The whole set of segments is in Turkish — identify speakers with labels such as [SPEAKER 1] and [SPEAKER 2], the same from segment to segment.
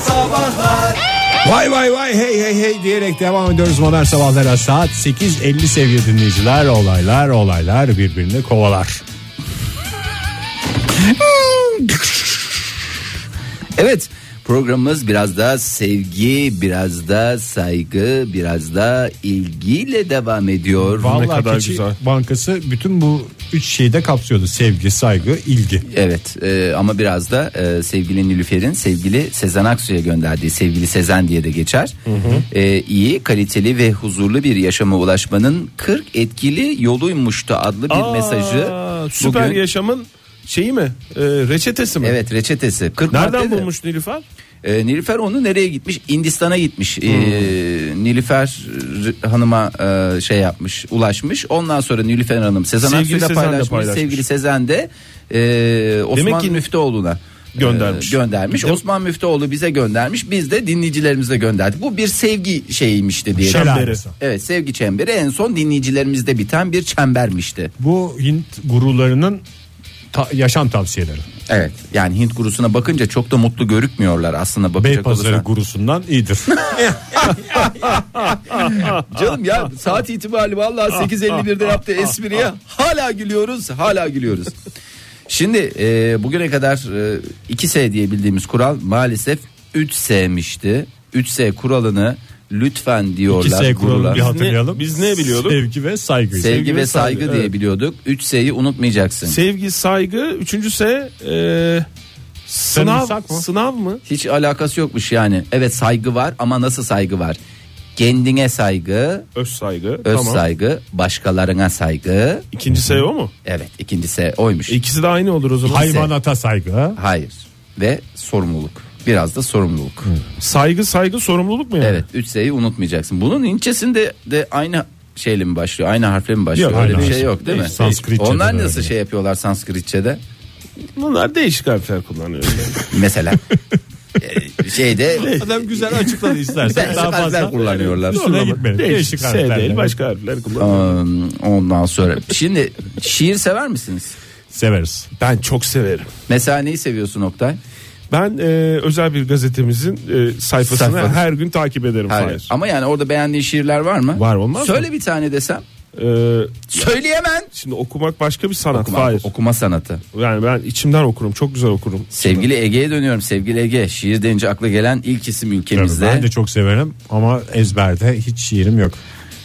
[SPEAKER 1] Sabahlar
[SPEAKER 2] Vay vay vay hey hey hey diyerek devam ediyoruz modern sabahlara saat 8.50 sevgili dinleyiciler olaylar olaylar birbirini kovalar.
[SPEAKER 3] Evet programımız biraz da sevgi, biraz da saygı, biraz da ilgiyle devam ediyor.
[SPEAKER 2] Vallahi
[SPEAKER 4] kadar
[SPEAKER 2] keçi
[SPEAKER 4] güzel.
[SPEAKER 2] Bankası bütün bu üç şeyi de kapsıyordu sevgi saygı ilgi.
[SPEAKER 3] Evet e, ama biraz da e, sevgili Nilüfer'in sevgili Sezen Aksu'ya gönderdiği sevgili Sezen diye de geçer. E, iyi, kaliteli ve huzurlu bir yaşama ulaşmanın 40 etkili yoluymuştu adlı bir
[SPEAKER 4] Aa,
[SPEAKER 3] mesajı.
[SPEAKER 4] Süper
[SPEAKER 3] bugün-
[SPEAKER 4] yaşamın şeyi mi? Ee, reçetesi mi?
[SPEAKER 3] Evet reçetesi. 40
[SPEAKER 4] Nereden
[SPEAKER 3] madde de.
[SPEAKER 4] bulmuş Nilüfer?
[SPEAKER 3] E, Nilüfer onu nereye gitmiş? Hindistan'a gitmiş. E,
[SPEAKER 4] Hmm.
[SPEAKER 3] Nilüfer e, hanıma e, şey yapmış, ulaşmış. Ondan sonra Nilüfer hanım Sezen
[SPEAKER 4] Sevgili
[SPEAKER 3] Aksu'yla
[SPEAKER 4] Sezen'le
[SPEAKER 3] paylaşmış.
[SPEAKER 4] paylaşmış.
[SPEAKER 3] Sevgili Sezen de e, Osman
[SPEAKER 4] Demek ki-
[SPEAKER 3] Müftüoğlu'na e,
[SPEAKER 4] Göndermiş.
[SPEAKER 3] göndermiş.
[SPEAKER 4] Bir de-
[SPEAKER 3] Osman Müftüoğlu bize göndermiş. Biz de dinleyicilerimize gönderdik. Bu bir sevgi şeymişti diye.
[SPEAKER 4] Şember.
[SPEAKER 2] Şelalesi.
[SPEAKER 3] Evet, sevgi çemberi en son dinleyicilerimizde biten bir çembermişti.
[SPEAKER 2] Bu Hint gurularının ta- yaşam tavsiyeleri.
[SPEAKER 3] Evet. Yani Hint gurusuna bakınca çok da mutlu görükmüyorlar aslında bakacak
[SPEAKER 2] Beypazarı
[SPEAKER 3] olursan.
[SPEAKER 2] gurusundan iyidir.
[SPEAKER 3] Canım ya saat itibariyle vallahi 8.51'de yaptığı espriye hala gülüyoruz hala gülüyoruz. Şimdi e, bugüne kadar e, 2S diye bildiğimiz kural maalesef 3S'mişti. 3S kuralını lütfen diyorlar.
[SPEAKER 2] 2S kuralını
[SPEAKER 3] gurula.
[SPEAKER 2] bir hatırlayalım.
[SPEAKER 4] Biz ne- biz ne biliyorduk?
[SPEAKER 2] Sevgi ve saygı.
[SPEAKER 3] Sevgi, ve
[SPEAKER 4] Sevgi ve
[SPEAKER 3] saygı,
[SPEAKER 4] saygı,
[SPEAKER 3] diye
[SPEAKER 4] evet.
[SPEAKER 3] biliyorduk. 3S'yi unutmayacaksın.
[SPEAKER 4] Sevgi, saygı. Üçüncüse e, sınav.
[SPEAKER 2] Sarımsak mı?
[SPEAKER 4] Sınav mı?
[SPEAKER 3] Hiç alakası yokmuş yani. Evet saygı var ama nasıl saygı var? Kendine saygı,
[SPEAKER 4] Öz saygı.
[SPEAKER 3] öz
[SPEAKER 4] tamam.
[SPEAKER 3] saygı, başkalarına saygı.
[SPEAKER 4] İkinci sayı o mu?
[SPEAKER 3] Evet ikinci S oymuş.
[SPEAKER 4] İkisi de aynı olur o zaman.
[SPEAKER 2] Hayvanata saygı.
[SPEAKER 3] Hayır. Ve sorumluluk. Biraz da sorumluluk.
[SPEAKER 4] Saygı, saygı, sorumluluk mu yani?
[SPEAKER 3] Evet. 3 S'yi unutmayacaksın. Bunun inçesinde de aynı şeyle mi başlıyor? Aynı harfle mi başlıyor?
[SPEAKER 2] Yok,
[SPEAKER 3] Öyle
[SPEAKER 2] aynı
[SPEAKER 3] bir şey
[SPEAKER 2] harf.
[SPEAKER 3] yok değil mi?
[SPEAKER 2] Değil. Sanskritçe'de
[SPEAKER 3] Onlar
[SPEAKER 2] de
[SPEAKER 3] nasıl
[SPEAKER 2] öyle.
[SPEAKER 3] şey yapıyorlar Sanskritçe'de?
[SPEAKER 4] Bunlar değişik harfler kullanıyor.
[SPEAKER 3] Mesela e, şeyde
[SPEAKER 2] Adam güzel açıkladı istersen.
[SPEAKER 3] Değişik harfler kullanıyorlar.
[SPEAKER 2] Üstüne gitmeyelim.
[SPEAKER 4] değişik
[SPEAKER 2] Değişik
[SPEAKER 4] S değil
[SPEAKER 2] harflerle.
[SPEAKER 4] başka harfler kullanıyor.
[SPEAKER 3] Um, ondan sonra şimdi şiir sever misiniz?
[SPEAKER 2] Severiz.
[SPEAKER 4] Ben çok severim.
[SPEAKER 3] Mesela neyi seviyorsun Oktay?
[SPEAKER 4] Ben e, özel bir gazetemizin e, sayfasını
[SPEAKER 3] Sayfası.
[SPEAKER 4] her gün takip ederim.
[SPEAKER 3] Hayır.
[SPEAKER 4] Hayır.
[SPEAKER 3] Ama yani orada beğendiğin şiirler var mı?
[SPEAKER 4] Var, olmaz mı?
[SPEAKER 3] Söyle bir tane desem.
[SPEAKER 4] E,
[SPEAKER 3] Söyleyemem.
[SPEAKER 4] şimdi okumak başka bir sanat.
[SPEAKER 3] Okuma,
[SPEAKER 4] Hayır.
[SPEAKER 3] okuma sanatı.
[SPEAKER 4] Yani ben içimden okurum. Çok güzel okurum.
[SPEAKER 3] Sevgili Ege'ye dönüyorum. Sevgili Ege şiir deyince akla gelen ilk isim ülkemizde.
[SPEAKER 2] Ben de çok severim ama ezberde hiç şiirim yok.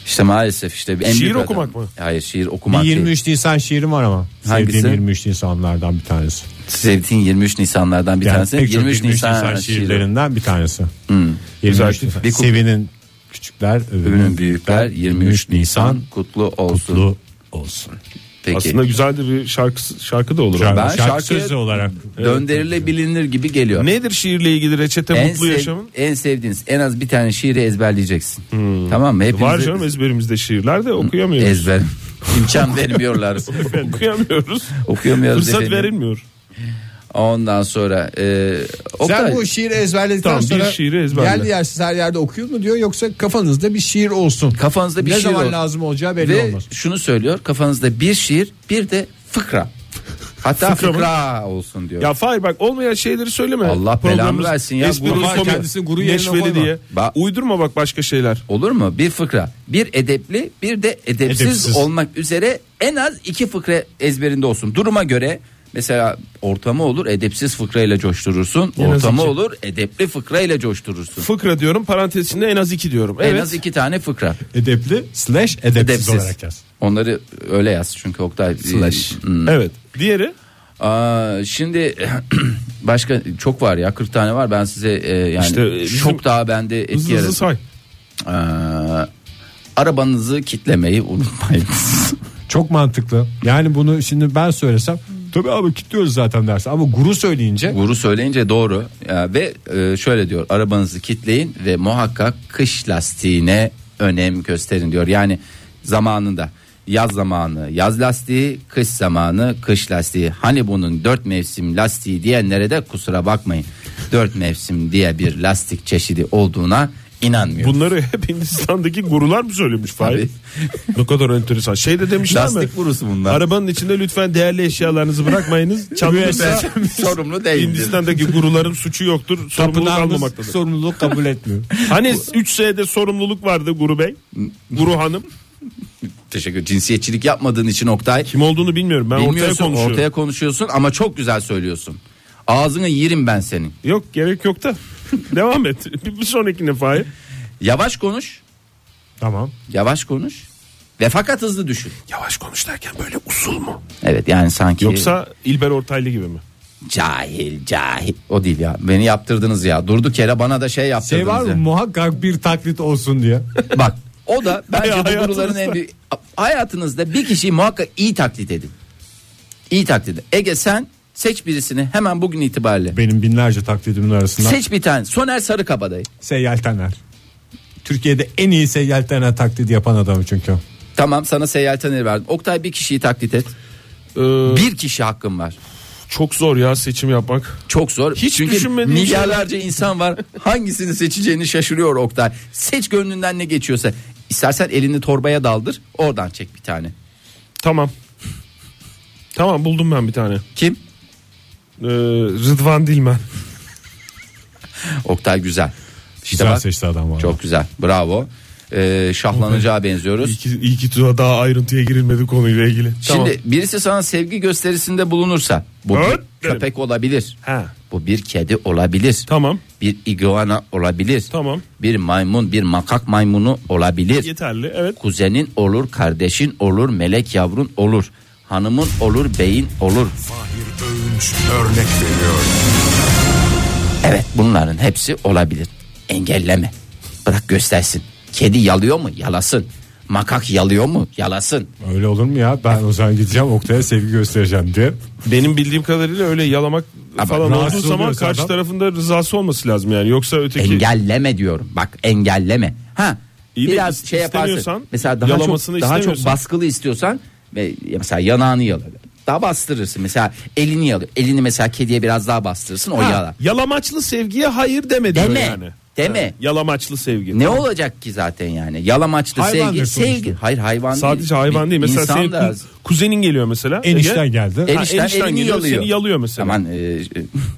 [SPEAKER 3] İşte maalesef işte. bir- en
[SPEAKER 4] Şiir
[SPEAKER 3] büyük
[SPEAKER 4] okumak
[SPEAKER 3] adam.
[SPEAKER 4] mı?
[SPEAKER 3] Hayır şiir
[SPEAKER 2] Bir
[SPEAKER 3] okumak değil.
[SPEAKER 2] 23 Nisan şiirim var ama.
[SPEAKER 3] Hangisi?
[SPEAKER 2] Sevdiğim 23 Nisanlardan bir tanesi.
[SPEAKER 3] Sevdiğin 23 Nisanlardan bir
[SPEAKER 2] Yani
[SPEAKER 3] tanesi.
[SPEAKER 2] pek çok
[SPEAKER 3] 23 Nisan, şiiri. Hmm.
[SPEAKER 2] şiirlerinden bir tanesi. 23
[SPEAKER 3] Güzel.
[SPEAKER 2] Nisan.
[SPEAKER 3] Bir kup-
[SPEAKER 2] Sevinin küçükler,
[SPEAKER 3] Övünün büyükler 23 Nisan kutlu olsun.
[SPEAKER 2] kutlu olsun.
[SPEAKER 3] Peki.
[SPEAKER 4] Aslında güzel de bir şarkı şarkı da olur.
[SPEAKER 2] Şarkı,
[SPEAKER 3] Ben
[SPEAKER 2] şarkı,
[SPEAKER 3] şarkıya-
[SPEAKER 2] sözü olarak.
[SPEAKER 3] Döndürülebilir gibi geliyor.
[SPEAKER 4] Nedir şiirle ilgili reçete
[SPEAKER 3] En,
[SPEAKER 4] mutlu
[SPEAKER 3] sev-
[SPEAKER 4] yaşamın?
[SPEAKER 3] en sevdiğiniz en az bir tane şiiri ezberleyeceksin. Tamam mı? Hepiniz
[SPEAKER 4] Var canım ezberimizde şiirler de okuyamıyoruz.
[SPEAKER 3] ezber. İmkan vermiyorlar.
[SPEAKER 4] okuyamıyoruz.
[SPEAKER 3] Okuyamıyoruz
[SPEAKER 4] Fırsat
[SPEAKER 3] efendim.
[SPEAKER 4] verilmiyor.
[SPEAKER 3] Ondan sonra e, Oktay,
[SPEAKER 2] Sen bu şiiri ezberledikten
[SPEAKER 4] Tamam, bir
[SPEAKER 2] sonra
[SPEAKER 4] şiiri ezberle.
[SPEAKER 2] yerli yersiz her yerde okuyor mu diyor yoksa kafanızda bir şiir olsun.
[SPEAKER 3] kafanızda bir
[SPEAKER 2] ne
[SPEAKER 3] şiir
[SPEAKER 2] zaman
[SPEAKER 3] olsun.
[SPEAKER 2] lazım olacağı belli
[SPEAKER 3] Ve
[SPEAKER 2] olmaz.
[SPEAKER 3] şunu söylüyor kafanızda bir şiir bir de fıkra. Hatta
[SPEAKER 4] Fıkra
[SPEAKER 3] fıkra,
[SPEAKER 4] mı?
[SPEAKER 3] olsun diyor.
[SPEAKER 4] Ya Fahir bak olmayan şeyleri söyleme.
[SPEAKER 3] Allah belamı
[SPEAKER 4] Programımız
[SPEAKER 3] versin ya.
[SPEAKER 4] espri
[SPEAKER 3] Gurur-
[SPEAKER 4] komik,
[SPEAKER 2] kendisini gurur yerine
[SPEAKER 4] neşveli
[SPEAKER 2] koyma.
[SPEAKER 4] diye.
[SPEAKER 3] Ba-
[SPEAKER 4] Uydurma bak başka şeyler.
[SPEAKER 3] Olur mu? Bir fıkra. Bir edepli bir de edepsiz,
[SPEAKER 2] Edepsiz.
[SPEAKER 3] olmak üzere en az iki fıkra ezberinde olsun. Duruma göre mesela ortamı olur edepsiz fıkrayla coşturursun.
[SPEAKER 4] En az
[SPEAKER 3] ortamı
[SPEAKER 4] iki.
[SPEAKER 3] olur edepli fıkrayla coşturursun.
[SPEAKER 4] Fıkra diyorum parantez içinde en az iki diyorum.
[SPEAKER 3] En
[SPEAKER 4] Evet.
[SPEAKER 3] az iki tane fıkra.
[SPEAKER 2] Edepli slash edepsiz,
[SPEAKER 3] Edepsiz.
[SPEAKER 2] olarak yaz.
[SPEAKER 3] Onları öyle yaz çünkü Oktay.
[SPEAKER 2] Slash.
[SPEAKER 3] Hmm.
[SPEAKER 4] Evet. Diğeri
[SPEAKER 3] Aa, şimdi başka çok var ya 40 tane var ben size e, yani
[SPEAKER 4] İşte, e, bizim-
[SPEAKER 3] çok daha bende etki
[SPEAKER 4] hızlı
[SPEAKER 3] yarattı.
[SPEAKER 4] hızlı say.
[SPEAKER 3] Aa, arabanızı kitlemeyi unutmayınız.
[SPEAKER 2] Çok mantıklı. Yani bunu şimdi ben söylesem tabii abi kilitliyoruz zaten dersin ama guru söyleyince
[SPEAKER 3] Guru söyleyince doğru Ya, ve e, şöyle diyor arabanızı kitleyin ve muhakkak kış lastiğine önem gösterin diyor. Yani zamanında yaz zamanı yaz lastiği kış zamanı kış lastiği hani bunun dört mevsim lastiği diyenlere de kusura bakmayın. Dört mevsim diye bir lastik çeşidi olduğuna İnanmıyorum.
[SPEAKER 4] Bunları hep Hindistan'daki gurular mı söylemiş Fahir?
[SPEAKER 3] Tabii.
[SPEAKER 4] ne kadar enteresan. Şey de demişler mi?
[SPEAKER 3] Lastik gurusu bunlar.
[SPEAKER 4] Arabanın içinde lütfen değerli eşyalarınızı bırakmayınız. Çalınırsa
[SPEAKER 3] Ben sorumlu değildir.
[SPEAKER 4] Hindistan'daki guruların suçu yoktur. Sorumluluk almamaktadır.
[SPEAKER 2] sorumluluk kabul etmiyor.
[SPEAKER 4] Hani 3S'de sorumluluk vardı Guru Bey. Guru Hanım.
[SPEAKER 3] Teşekkür. Cinsiyetçilik yapmadığın için Oktay.
[SPEAKER 4] Kim olduğunu bilmiyorum. Ben ortaya
[SPEAKER 3] Bilmiyorsun,
[SPEAKER 4] konuşuyorum.
[SPEAKER 3] ortaya konuşuyorsun ama çok güzel söylüyorsun. Ağzını yerim ben senin.
[SPEAKER 4] Yok gerek yok da. Devam et. Bir, bir sonrakine Fahir.
[SPEAKER 3] Yavaş konuş.
[SPEAKER 2] tamam.
[SPEAKER 3] Yavaş konuş. Ve fakat hızlı düşün.
[SPEAKER 4] Yavaş konuş derken böyle usul mu?
[SPEAKER 3] Evet yani sanki
[SPEAKER 4] Yoksa İlber Ortaylı gibi mi?
[SPEAKER 3] cahil cahil. O değil ya. Beni yaptırdınız ya. Durduk yere bana da şey yaptırdınız.
[SPEAKER 2] Şey var mı
[SPEAKER 3] ya.
[SPEAKER 2] muhakkak bir taklit olsun diye.
[SPEAKER 3] Bak o da bence
[SPEAKER 4] Ya,
[SPEAKER 3] bu guruların en
[SPEAKER 4] hayatınızda.
[SPEAKER 3] büyük hayatınızda bir kişiyi muhakkak iyi taklit edin. İyi taklit edin. Ege sen seç birisini hemen bugün itibariyle.
[SPEAKER 2] Benim binlerce taklidimin arasında
[SPEAKER 3] Seç bir tane. Soner Sarıkabadayı.
[SPEAKER 2] Seyyal Taner. Türkiye'de en iyi Seyyal Taner taklidi yapan adam çünkü.
[SPEAKER 3] Tamam sana Seyyal Taner'i verdim. Oktay bir kişiyi taklit et.
[SPEAKER 4] Ee,
[SPEAKER 3] Bir kişi hakkım var.
[SPEAKER 4] Çok zor ya seçim yapmak.
[SPEAKER 3] Çok zor.
[SPEAKER 4] Hiç
[SPEAKER 3] Çünkü
[SPEAKER 4] düşünmediğim şey.
[SPEAKER 3] milyarlarca insan var. Hangisini seçeceğini şaşırıyor Oktay. Seç gönlünden ne geçiyorsa. İstersen elini torbaya daldır. Oradan çek bir tane.
[SPEAKER 4] Tamam. Tamam buldum ben bir tane.
[SPEAKER 3] Kim?
[SPEAKER 4] Ee, Rıdvan Dilmen.
[SPEAKER 3] Oktay Güzel. İşte
[SPEAKER 2] Güzel
[SPEAKER 3] bak,
[SPEAKER 2] seçti adam var.
[SPEAKER 3] Çok güzel. Bravo. Ee, şahlanacağı benziyoruz.
[SPEAKER 4] İyi ki, iyi ki daha ayrıntıya girilmedi konuyla ilgili. Tamam.
[SPEAKER 3] Şimdi birisi sana sevgi gösterisinde bulunursa bu bir
[SPEAKER 4] Evet, derim.
[SPEAKER 3] köpek olabilir.
[SPEAKER 4] Ha.
[SPEAKER 3] Bu bir kedi olabilir.
[SPEAKER 4] Tamam.
[SPEAKER 3] Bir iguana olabilir.
[SPEAKER 4] Tamam.
[SPEAKER 3] Bir maymun, bir makak maymunu olabilir.
[SPEAKER 4] Yeterli evet.
[SPEAKER 3] Kuzenin olur, kardeşin olur, melek yavrun olur. Hanımın olur, beyin olur.
[SPEAKER 1] örnek veriyor.
[SPEAKER 3] Evet bunların hepsi olabilir. Engelleme. Bırak göstersin. Kedi yalıyor mu? Yalasın. Makak yalıyor mu? Yalasın.
[SPEAKER 2] Öyle olur mu ya? Ben o zaman gideceğim Oktay'a sevgi göstereceğim diye.
[SPEAKER 4] Benim bildiğim kadarıyla öyle yalamak
[SPEAKER 3] Ama
[SPEAKER 4] falan olduğu
[SPEAKER 2] rahatsız
[SPEAKER 4] zaman
[SPEAKER 2] oluyorsa
[SPEAKER 4] karşı
[SPEAKER 2] adam-
[SPEAKER 4] tarafında rızası olması lazım yani. Yoksa öteki
[SPEAKER 3] Engelleme diyorum. Bak engelleme. Ha.
[SPEAKER 4] İyi de
[SPEAKER 3] biraz
[SPEAKER 4] is-
[SPEAKER 3] şey
[SPEAKER 4] istemiyorsan,
[SPEAKER 3] yaparsın. Mesela daha
[SPEAKER 4] yalamasını
[SPEAKER 3] çok daha çok
[SPEAKER 4] istemiyorsan.
[SPEAKER 3] baskılı istiyorsan ve mesela yanağını yalar. Daha bastırırsın. Mesela elini yalıyor. Elini mesela kediye biraz daha bastırırsın o
[SPEAKER 4] Ha,
[SPEAKER 3] yalar.
[SPEAKER 4] Yalamaçlı sevgiye hayır deme diyor
[SPEAKER 3] Deme,
[SPEAKER 4] yani.
[SPEAKER 3] deme.
[SPEAKER 4] Ha, Yalamaçlı sevgi.
[SPEAKER 3] Ne olacak ki zaten yani? Yalamaçlı
[SPEAKER 2] Hayvandır
[SPEAKER 3] sevgi,
[SPEAKER 2] sonuçta.
[SPEAKER 3] sevgi. Hayır hayvan değil.
[SPEAKER 4] Sadece hayvan
[SPEAKER 3] Bir
[SPEAKER 4] değil. Mesela
[SPEAKER 3] insan
[SPEAKER 4] senin
[SPEAKER 3] da-
[SPEAKER 4] ku- kuzenin geliyor mesela.
[SPEAKER 2] Enişten
[SPEAKER 4] Ege.
[SPEAKER 2] geldi.
[SPEAKER 4] E- Ha,
[SPEAKER 3] Enişten,
[SPEAKER 4] enişten
[SPEAKER 3] elini
[SPEAKER 4] geliyor,
[SPEAKER 3] yalıyor.
[SPEAKER 4] seni yalıyor mesela.
[SPEAKER 3] Aman e, e,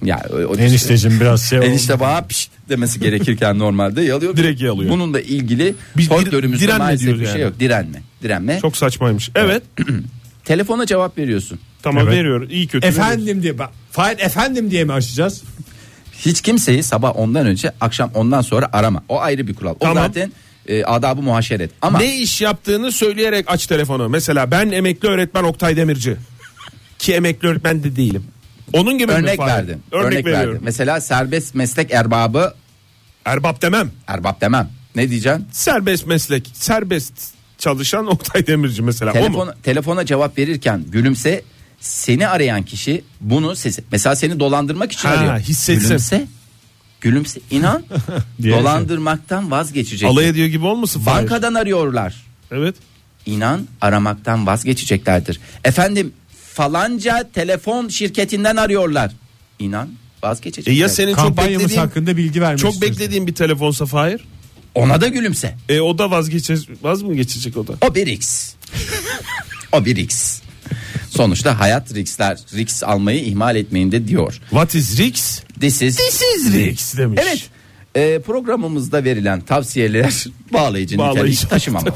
[SPEAKER 3] ya o, o-
[SPEAKER 2] Enişteciğim biraz şey oldu.
[SPEAKER 3] Enişte bana piş demesi gerekirken normalde yalıyor.
[SPEAKER 4] Direkt yalıyor.
[SPEAKER 3] Bununla ilgili
[SPEAKER 4] Bir-
[SPEAKER 3] bir,
[SPEAKER 4] bir-
[SPEAKER 3] folklorumuzda
[SPEAKER 4] direnme
[SPEAKER 3] maalesef
[SPEAKER 4] diyor
[SPEAKER 3] bir şey
[SPEAKER 4] yani.
[SPEAKER 3] yok. Direnme. Direnme.
[SPEAKER 4] Çok saçmaymış. Evet.
[SPEAKER 3] Telefona cevap veriyorsun.
[SPEAKER 4] Tamam
[SPEAKER 2] Evet.
[SPEAKER 4] veriyor. İyi kötü. veriyor.
[SPEAKER 2] Efendim diye. bak, Fahir efendim diye mi açacağız?
[SPEAKER 3] Hiç kimseyi sabah ondan önce akşam ondan sonra arama. O ayrı bir kural. O
[SPEAKER 4] Tamam.
[SPEAKER 3] zaten e, adabı muhaşeret. Ama
[SPEAKER 4] Ne iş yaptığını söyleyerek aç telefonu. Mesela ben emekli öğretmen Oktay Demirci. Ki emekli öğretmen de değilim. Onun gibi mi
[SPEAKER 3] örnek
[SPEAKER 4] Fahir?
[SPEAKER 3] verdim.
[SPEAKER 4] Örnek, veriyorum.
[SPEAKER 3] verdim. Mesela serbest meslek erbabı
[SPEAKER 4] Erbap demem.
[SPEAKER 3] erbab demem. Ne diyeceksin?
[SPEAKER 4] Serbest meslek. Serbest çalışan Oktay Demirci mesela. O mu?
[SPEAKER 3] Telefon, telefona cevap verirken gülümse seni arayan kişi bunu sesi mesela seni dolandırmak için
[SPEAKER 4] Ha,
[SPEAKER 3] arıyor.
[SPEAKER 4] hissetsin. şey.
[SPEAKER 3] Gülümse. Gülümse inan
[SPEAKER 2] Diye
[SPEAKER 3] dolandırmaktan vazgeçecek.
[SPEAKER 4] Alay ediyor gibi olmasın Fahir?
[SPEAKER 3] Bankadan arıyorlar.
[SPEAKER 4] Evet.
[SPEAKER 3] İnan aramaktan vazgeçeceklerdir. Efendim falanca telefon şirketinden arıyorlar. İnan
[SPEAKER 4] E
[SPEAKER 3] vazgeçecekler.
[SPEAKER 4] ya senin çok
[SPEAKER 2] Kampanyamız
[SPEAKER 4] beklediğin,
[SPEAKER 2] hakkında bilgi vermek
[SPEAKER 4] çok
[SPEAKER 2] istiyoruz.
[SPEAKER 4] beklediğin bir telefonsa Fahir?
[SPEAKER 3] Ona da gülümse.
[SPEAKER 4] E o da vazgeçecek. Vaz mı geçecek o da?
[SPEAKER 3] O bir X. o bir X. Sonuçta hayat Rix'ler. Rix almayı ihmal etmeyin de diyor.
[SPEAKER 4] What is Rix?
[SPEAKER 3] This is,
[SPEAKER 4] Rix demiş.
[SPEAKER 3] Evet. e, programımızda verilen tavsiyeler bağlayıcı,
[SPEAKER 4] Bağlayıcı.
[SPEAKER 3] nitelik taşımamalı.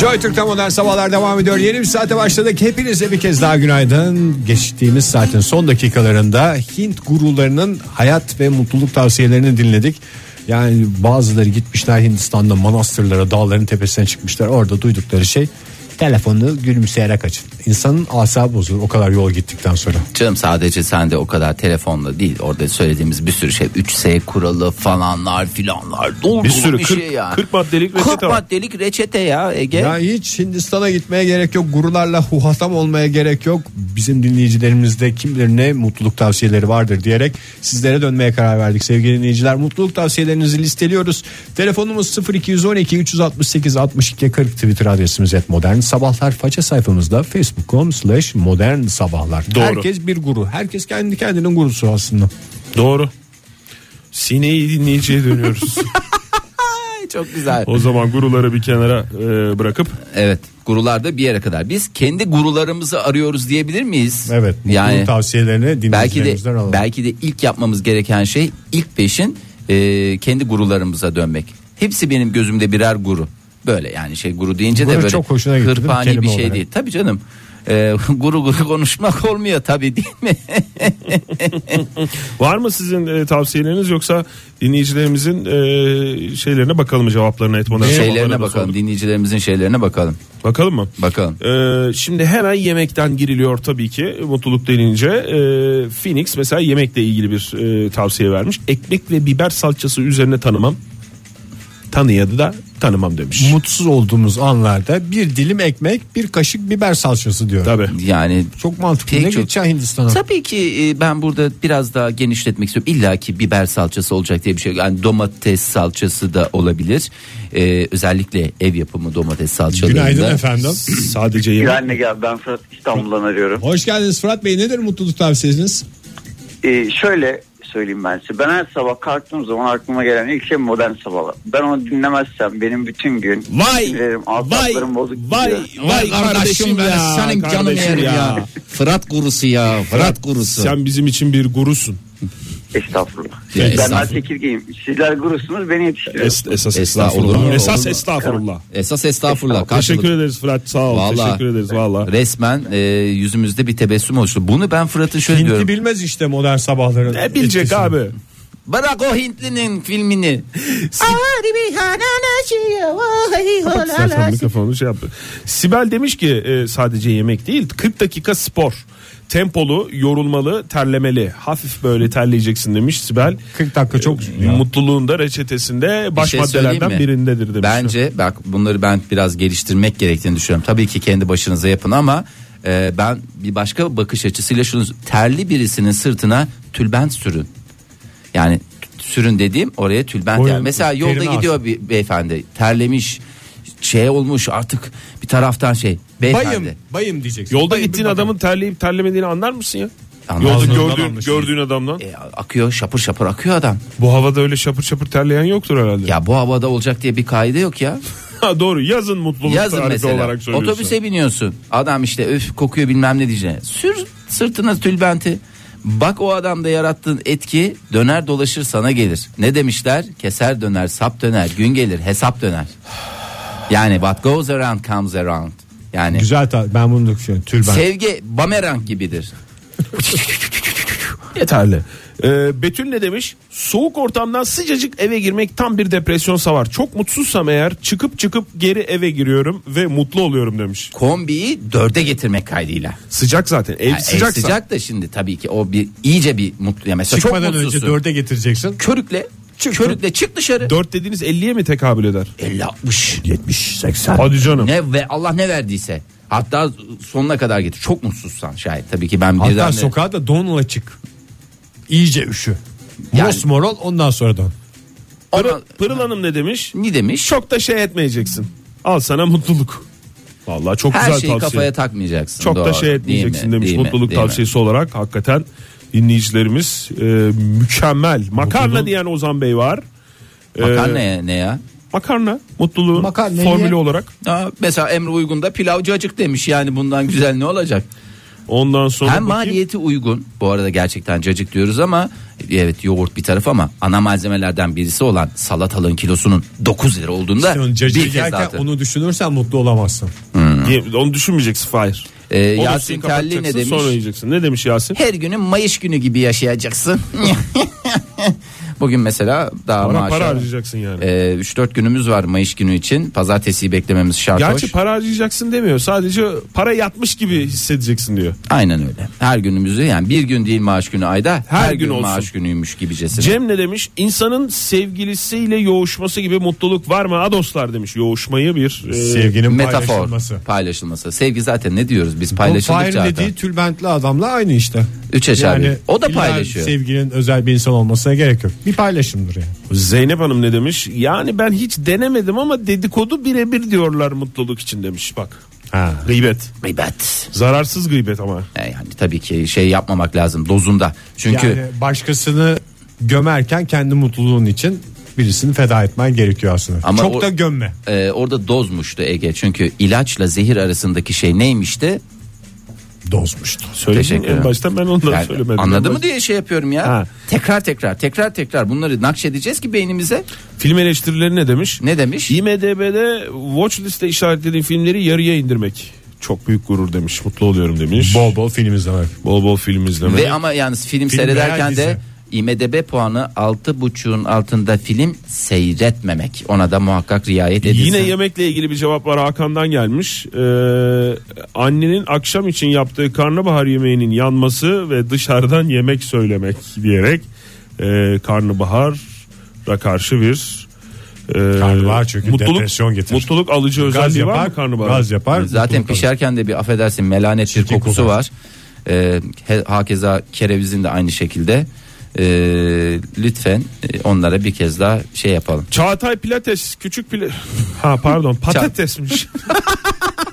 [SPEAKER 2] Joy Türk'te modern sabahlar devam ediyor. Yeni bir saate başladık. Hepinize bir kez daha günaydın. Geçtiğimiz saatin son dakikalarında Hint gurularının hayat ve mutluluk tavsiyelerini dinledik. Yani bazıları gitmişler Hindistan'da manastırlara, dağların tepesine çıkmışlar. Orada duydukları şey telefonu gülümseyerek açın. İnsanın asabı bozulur o kadar yol gittikten sonra.
[SPEAKER 3] Canım sadece sende o kadar telefonla değil. Orada söylediğimiz bir sürü şey. 3S kuralı falanlar filanlar. Dolu
[SPEAKER 4] Bir
[SPEAKER 3] dolu
[SPEAKER 4] sürü, kırk-
[SPEAKER 3] şey ya.
[SPEAKER 4] kırk maddelik reçete
[SPEAKER 3] 40
[SPEAKER 4] var.
[SPEAKER 3] maddelik reçete ya Ege.
[SPEAKER 2] Ya hiç Hindistan'a gitmeye gerek yok. Gurularla huhatam olmaya gerek yok. Bizim dinleyicilerimizde kim bilir ne mutluluk tavsiyeleri vardır diyerek sizlere dönmeye karar verdik sevgili dinleyiciler. Mutluluk tavsiyelerinizi listeliyoruz. Telefonumuz 0212 368 62 40 Twitter adresimiz et modern sabahlar faça sayfamızda facebook.com slash modern sabahlar.
[SPEAKER 4] Doğru.
[SPEAKER 2] Herkes bir guru. Herkes kendi kendinin gurusu aslında.
[SPEAKER 4] Doğru. Sineği dinleyiciye dönüyoruz.
[SPEAKER 3] Ay, Çok güzel.
[SPEAKER 4] o zaman guruları bir kenara e, bırakıp
[SPEAKER 3] Evet gurularda bir yere kadar. Biz kendi gurularımızı arıyoruz diyebilir miyiz?
[SPEAKER 2] Evet. Yani
[SPEAKER 3] Yani
[SPEAKER 2] tavsiyelerini
[SPEAKER 3] belki de
[SPEAKER 2] dinleyicilerimizden alalım.
[SPEAKER 3] belki de ilk yapmamız gereken şey ilk peşin e, kendi gurularımıza dönmek. Hepsi benim gözümde birer guru. Böyle yani şey guru deyince
[SPEAKER 2] Guru
[SPEAKER 3] de böyle
[SPEAKER 2] çok hoşuna gitti değil mi
[SPEAKER 3] hırpani
[SPEAKER 2] kelime
[SPEAKER 3] bir şey
[SPEAKER 2] olarak?
[SPEAKER 3] değil. Tabii canım. E, guru guru konuşmak olmuyor tabii değil mi?
[SPEAKER 4] var mı sizin e, tavsiyeleriniz yoksa dinleyicilerimizin e, şeylerine bakalım mı cevaplarına etmeden
[SPEAKER 3] şeylerine bakalım dinleyicilerimizin şeylerine bakalım.
[SPEAKER 4] Bakalım mı?
[SPEAKER 3] Bakalım.
[SPEAKER 4] Ee, şimdi hemen yemekten giriliyor tabii ki mutluluk denince. Ee, Phoenix mesela yemekle ilgili bir e, tavsiye vermiş. Ekmek ve biber salçası üzerine tanımam. Tanıyadı da tanımam demiş.
[SPEAKER 2] Mutsuz olduğumuz anlarda bir dilim ekmek bir kaşık biber salçası diyor.
[SPEAKER 4] Tabii.
[SPEAKER 3] Yani
[SPEAKER 2] Çok mantıklı.
[SPEAKER 3] Pek
[SPEAKER 2] ne
[SPEAKER 3] çok-
[SPEAKER 2] gideceksin Hindistan'a?
[SPEAKER 3] Tabii ki e, ben burada biraz daha genişletmek istiyorum. İlla ki biber salçası olacak diye bir şey yok. Yani domates salçası da olabilir. Ee, özellikle ev yapımı domates salçalarında.
[SPEAKER 2] Günaydın efendim.
[SPEAKER 4] Sadece yemek.
[SPEAKER 5] Güvenli gel ben Fırat İstanbul'dan arıyorum.
[SPEAKER 2] Hoş geldiniz Fırat Bey. Nedir mutluluk tavsiyeniz?
[SPEAKER 5] Ee, şöyle söyleyeyim ben size. Ben her sabah kalktığım zaman aklıma gelen ilk şey modern sabahlar. Ben onu dinlemezsem benim bütün gün
[SPEAKER 4] Vay!
[SPEAKER 5] sinirlerim,
[SPEAKER 4] Vay!
[SPEAKER 5] asaplarım bozuk
[SPEAKER 4] Vay!
[SPEAKER 5] gidiyor.
[SPEAKER 4] Vay kardeşim
[SPEAKER 6] ben
[SPEAKER 4] ya!
[SPEAKER 6] senin canını
[SPEAKER 4] kardeşim
[SPEAKER 6] yerim ya. Fırat kurusu ya. Fırat kurusu.
[SPEAKER 4] Sen bizim için bir gurusun.
[SPEAKER 5] Estağfurullah.
[SPEAKER 3] Ya,
[SPEAKER 5] ben
[SPEAKER 3] estağfurullah.
[SPEAKER 5] her çekirgeyim. Sizler gurusunuz beni yetiştiriyorsunuz.
[SPEAKER 4] Es- esas
[SPEAKER 6] Estağ-
[SPEAKER 4] estağfurullah.
[SPEAKER 6] olur mu?
[SPEAKER 4] Esas
[SPEAKER 6] Olur mu?
[SPEAKER 4] estağfurullah.
[SPEAKER 6] Esas estağfurullah.
[SPEAKER 4] Teşekkür
[SPEAKER 6] Karşılık.
[SPEAKER 4] ederiz Fırat sağ ol.
[SPEAKER 6] Vallahi.
[SPEAKER 4] Teşekkür ederiz valla.
[SPEAKER 3] Resmen e, yüzümüzde bir tebessüm oluştu. Bunu ben Fırat'ın şöyle diyorum.
[SPEAKER 2] Hinti bilmez işte modern sabahların.
[SPEAKER 4] Ne bilecek
[SPEAKER 2] etkisini.
[SPEAKER 4] abi?
[SPEAKER 3] Bırak o Hintlinin filmini.
[SPEAKER 4] Sen mikrofonu şey yaptı. Sibel demiş ki e, sadece yemek değil 40 dakika spor. Tempolu, yorulmalı, terlemeli. Hafif böyle terleyeceksin demiş Sibel.
[SPEAKER 2] 40 dakika çok uzun ya.
[SPEAKER 4] Mutluluğun da reçetesinde baş
[SPEAKER 3] şey
[SPEAKER 4] maddelerden
[SPEAKER 3] söyleyeyim mi?
[SPEAKER 4] birindedir demiş.
[SPEAKER 3] Bence bak bunları ben biraz geliştirmek gerektiğini düşünüyorum. Tabii ki kendi başınıza yapın ama e, ben bir başka bakış açısıyla şunu terli birisinin sırtına tülbent sürün. Yani t- sürün dediğim oraya tülbent
[SPEAKER 2] Boyun-
[SPEAKER 3] yani. Mesela yolda
[SPEAKER 2] terimi
[SPEAKER 3] gidiyor bir beyefendi terlemiş şey olmuş artık bir taraftan şey beyefendi.
[SPEAKER 2] Bayım, bayım diyeceksin.
[SPEAKER 4] Yolda
[SPEAKER 2] Bayım
[SPEAKER 4] gittiğin
[SPEAKER 2] bir
[SPEAKER 4] adamın terleyip terlemediğini anlar mısın ya?
[SPEAKER 3] Anlar.
[SPEAKER 4] Yolda
[SPEAKER 2] Ağzından
[SPEAKER 4] gördüğün,
[SPEAKER 2] anlaşılıyor.
[SPEAKER 4] gördüğün adamdan.
[SPEAKER 3] E, akıyor şapır şapır akıyor adam.
[SPEAKER 4] Bu havada öyle şapır şapır terleyen yoktur herhalde.
[SPEAKER 3] Ya bu havada olacak diye bir kaide yok ya.
[SPEAKER 4] Ha, doğru yazın mutluluk
[SPEAKER 3] Yazın
[SPEAKER 4] tarifi
[SPEAKER 3] mesela
[SPEAKER 4] olarak söylüyorsun.
[SPEAKER 3] otobüse biniyorsun adam işte öf kokuyor bilmem ne diyeceğine sür sırtına tülbenti bak o adamda yarattığın etki döner dolaşır sana gelir ne demişler keser döner sap döner gün gelir hesap döner yani what goes around comes around yani
[SPEAKER 2] Güzel ta- ben bunu düşünüyorum. Tülbent.
[SPEAKER 3] sevgi bumerang gibidir
[SPEAKER 4] Yeterli. Ee, Betül ne demiş? Soğuk ortamdan sıcacık eve girmek tam bir depresyon savar. Çok mutsuzsam eğer çıkıp çıkıp geri eve giriyorum ve mutlu oluyorum demiş.
[SPEAKER 3] kombiyi dörde getirmek kaydıyla
[SPEAKER 4] Sıcak zaten. Ev
[SPEAKER 3] yani ev
[SPEAKER 4] E, sıcaksa.
[SPEAKER 3] sıcak da şimdi tabii ki o bir iyice bir mutlu ya mesela
[SPEAKER 2] Çıkmadan
[SPEAKER 3] çok
[SPEAKER 2] önce
[SPEAKER 3] mutsuzsun
[SPEAKER 2] dörde getireceksin.
[SPEAKER 3] körükle körükle çık dışarı
[SPEAKER 4] 4 dediğiniz 50'ye mi tekabül eder?
[SPEAKER 3] 50 60
[SPEAKER 4] Hadi canım.
[SPEAKER 3] Ne ve Allah ne verdiyse. Hatta sonuna kadar getir. Çok mutsuzsan şayet. Tabii ki ben birden
[SPEAKER 2] Hatta
[SPEAKER 3] de-
[SPEAKER 2] sokağa da donla çık. İyice üşü.
[SPEAKER 3] Yani-
[SPEAKER 2] Mosmor ol ondan sonra don.
[SPEAKER 3] Ama
[SPEAKER 4] Pırıl, Pırıl Hanım ne demiş?
[SPEAKER 3] ne demiş?
[SPEAKER 4] Çok da şey etmeyeceksin. Al sana mutluluk. Vallahi çok
[SPEAKER 3] Her
[SPEAKER 4] güzel
[SPEAKER 3] şeyi
[SPEAKER 4] tavsiye.
[SPEAKER 3] kafaya takmayacaksın.
[SPEAKER 4] çok da
[SPEAKER 3] Doğru.
[SPEAKER 4] şey etmeyeceksin
[SPEAKER 3] Değil mi?
[SPEAKER 4] demiş.
[SPEAKER 3] Değil mi?
[SPEAKER 4] mutluluk
[SPEAKER 3] Değil mi?
[SPEAKER 4] tavsiyesi olarak hakikaten dinleyicilerimiz e, mükemmel. Makarna diyen Ozan Bey var.
[SPEAKER 3] Makarna
[SPEAKER 4] Ee,
[SPEAKER 3] ya- ne ya?
[SPEAKER 4] Makarna mutluluğun
[SPEAKER 2] Makarnayı
[SPEAKER 4] formülü
[SPEAKER 2] ye.
[SPEAKER 4] olarak.
[SPEAKER 3] Aa, mesela Emre Uygun da pilavcı acık demiş yani bundan güzel ne olacak?
[SPEAKER 4] Ondan sonra
[SPEAKER 3] Hem
[SPEAKER 4] bakayım.
[SPEAKER 3] maliyeti uygun bu arada gerçekten cacık diyoruz ama evet yoğurt bir taraf ama ana malzemelerden birisi olan salatalığın kilosunun 9 lira olduğunda
[SPEAKER 2] Sen
[SPEAKER 3] bir
[SPEAKER 2] cacık
[SPEAKER 3] kez
[SPEAKER 2] yerken
[SPEAKER 3] zaten.
[SPEAKER 2] onu düşünürsen mutlu olamazsın.
[SPEAKER 4] Diye- Onu düşünmeyeceksin Fahir.
[SPEAKER 3] Ee,
[SPEAKER 4] Onu
[SPEAKER 3] Yasin
[SPEAKER 4] suyu kapatacaksın,
[SPEAKER 3] Telli ne demiş?
[SPEAKER 4] Sonra yiyeceksin. Ne demiş Yasin?
[SPEAKER 3] her günü mayış günü gibi yaşayacaksın. Bugün mesela daha
[SPEAKER 4] Para, para
[SPEAKER 3] maaşa
[SPEAKER 4] harcayacaksın yani.
[SPEAKER 3] e, 3-4 günümüz var mayış günü için. Pazartesiyi beklememiz şart.
[SPEAKER 4] Gerçi
[SPEAKER 3] hoş.
[SPEAKER 4] para harcayacaksın demiyor. Sadece para yatmış gibi hissedeceksin diyor.
[SPEAKER 3] Aynen öyle. Her günümüzü yani bir gün değil maaş günü ayda her,
[SPEAKER 4] Her
[SPEAKER 3] gün,
[SPEAKER 4] gün olsun.
[SPEAKER 3] maaş günüymüş gibicesine.
[SPEAKER 4] Cem ne demiş? İnsanın sevgilisiyle yoğuşması gibi mutluluk var mı? A dostlar demiş. Yoğuşmayı bir e,
[SPEAKER 2] Sevginin
[SPEAKER 3] Ee, Metafor
[SPEAKER 2] paylaşılması.
[SPEAKER 3] paylaşılması. Sevgi zaten ne diyoruz biz
[SPEAKER 2] Bu
[SPEAKER 3] paylaşıldıkça
[SPEAKER 2] Fahir'in
[SPEAKER 3] artar.
[SPEAKER 2] dediği tülbentli adamla aynı işte.
[SPEAKER 3] Üç yaşar bir. O da
[SPEAKER 2] illa
[SPEAKER 3] paylaşıyor.
[SPEAKER 2] Sevginin özel bir insan olmasına gerek yok. Bir paylaşımdır yani.
[SPEAKER 4] Zeynep Hanım ne demiş? Yani ben hiç denemedim ama dedikodu birebir diyorlar mutluluk için demiş. Bak.
[SPEAKER 2] Ha.
[SPEAKER 4] Gıybet.
[SPEAKER 3] Gıybet.
[SPEAKER 4] Zararsız gıybet ama.
[SPEAKER 3] E, Yani tabii ki şey yapmamak lazım dozunda. Çünkü
[SPEAKER 2] yani başkasını gömerken kendi mutluluğun için birisini feda etmen gerekiyor aslında.
[SPEAKER 3] Ama
[SPEAKER 2] Çok
[SPEAKER 3] o-
[SPEAKER 2] da gömme.
[SPEAKER 3] Ee, orada dozmuştu Ege. Çünkü ilaçla zehir arasındaki şey neymişti?
[SPEAKER 2] Dozmuştu.
[SPEAKER 4] Söyledim
[SPEAKER 3] Teşekkür
[SPEAKER 4] en
[SPEAKER 3] ederim.
[SPEAKER 4] baştan ben onları
[SPEAKER 3] Yani
[SPEAKER 4] söylemedim.
[SPEAKER 3] anladı
[SPEAKER 4] En
[SPEAKER 3] mı diye şey yapıyorum ya.
[SPEAKER 4] Ha.
[SPEAKER 3] Tekrar tekrar tekrar tekrar bunları nakşedeceğiz ki beynimize.
[SPEAKER 4] Film eleştirileri ne demiş?
[SPEAKER 3] Ne demiş?
[SPEAKER 4] IMDB'de watch liste işaretlediği filmleri yarıya indirmek. Çok büyük gurur demiş. Mutlu oluyorum demiş.
[SPEAKER 2] Bol bol film izlemek.
[SPEAKER 4] bol, bol film izlemek.
[SPEAKER 3] Ve ama yalnız film, seyrederken de IMDB puanı 6.5'un altında film seyretmemek. Ona da muhakkak riayet edilsin.
[SPEAKER 4] Yine yemekle ilgili bir cevap var Hakan'dan gelmiş. Ee, annenin akşam için yaptığı karnabahar yemeğinin yanması ve dışarıdan yemek söylemek diyerek e, karnabahara karşı bir e,
[SPEAKER 2] Karnabahar çünkü depresyon getirir.
[SPEAKER 4] Mutluluk alıcı
[SPEAKER 2] Gaz
[SPEAKER 4] özelliği var
[SPEAKER 2] yapar,
[SPEAKER 4] mı karnabahar?
[SPEAKER 2] gaz yapar.
[SPEAKER 3] Zaten
[SPEAKER 2] mutluluk alır.
[SPEAKER 3] pişerken de bir affedersin melanet bir
[SPEAKER 2] Çirkin
[SPEAKER 3] kokusu
[SPEAKER 2] koku.
[SPEAKER 3] var. Ee, he- hakeza kerevizin de aynı şekilde. Ee, lütfen e, onlara bir kez daha şey yapalım.
[SPEAKER 4] Çağatay Pilates küçük pile ha pardon patatesmiş.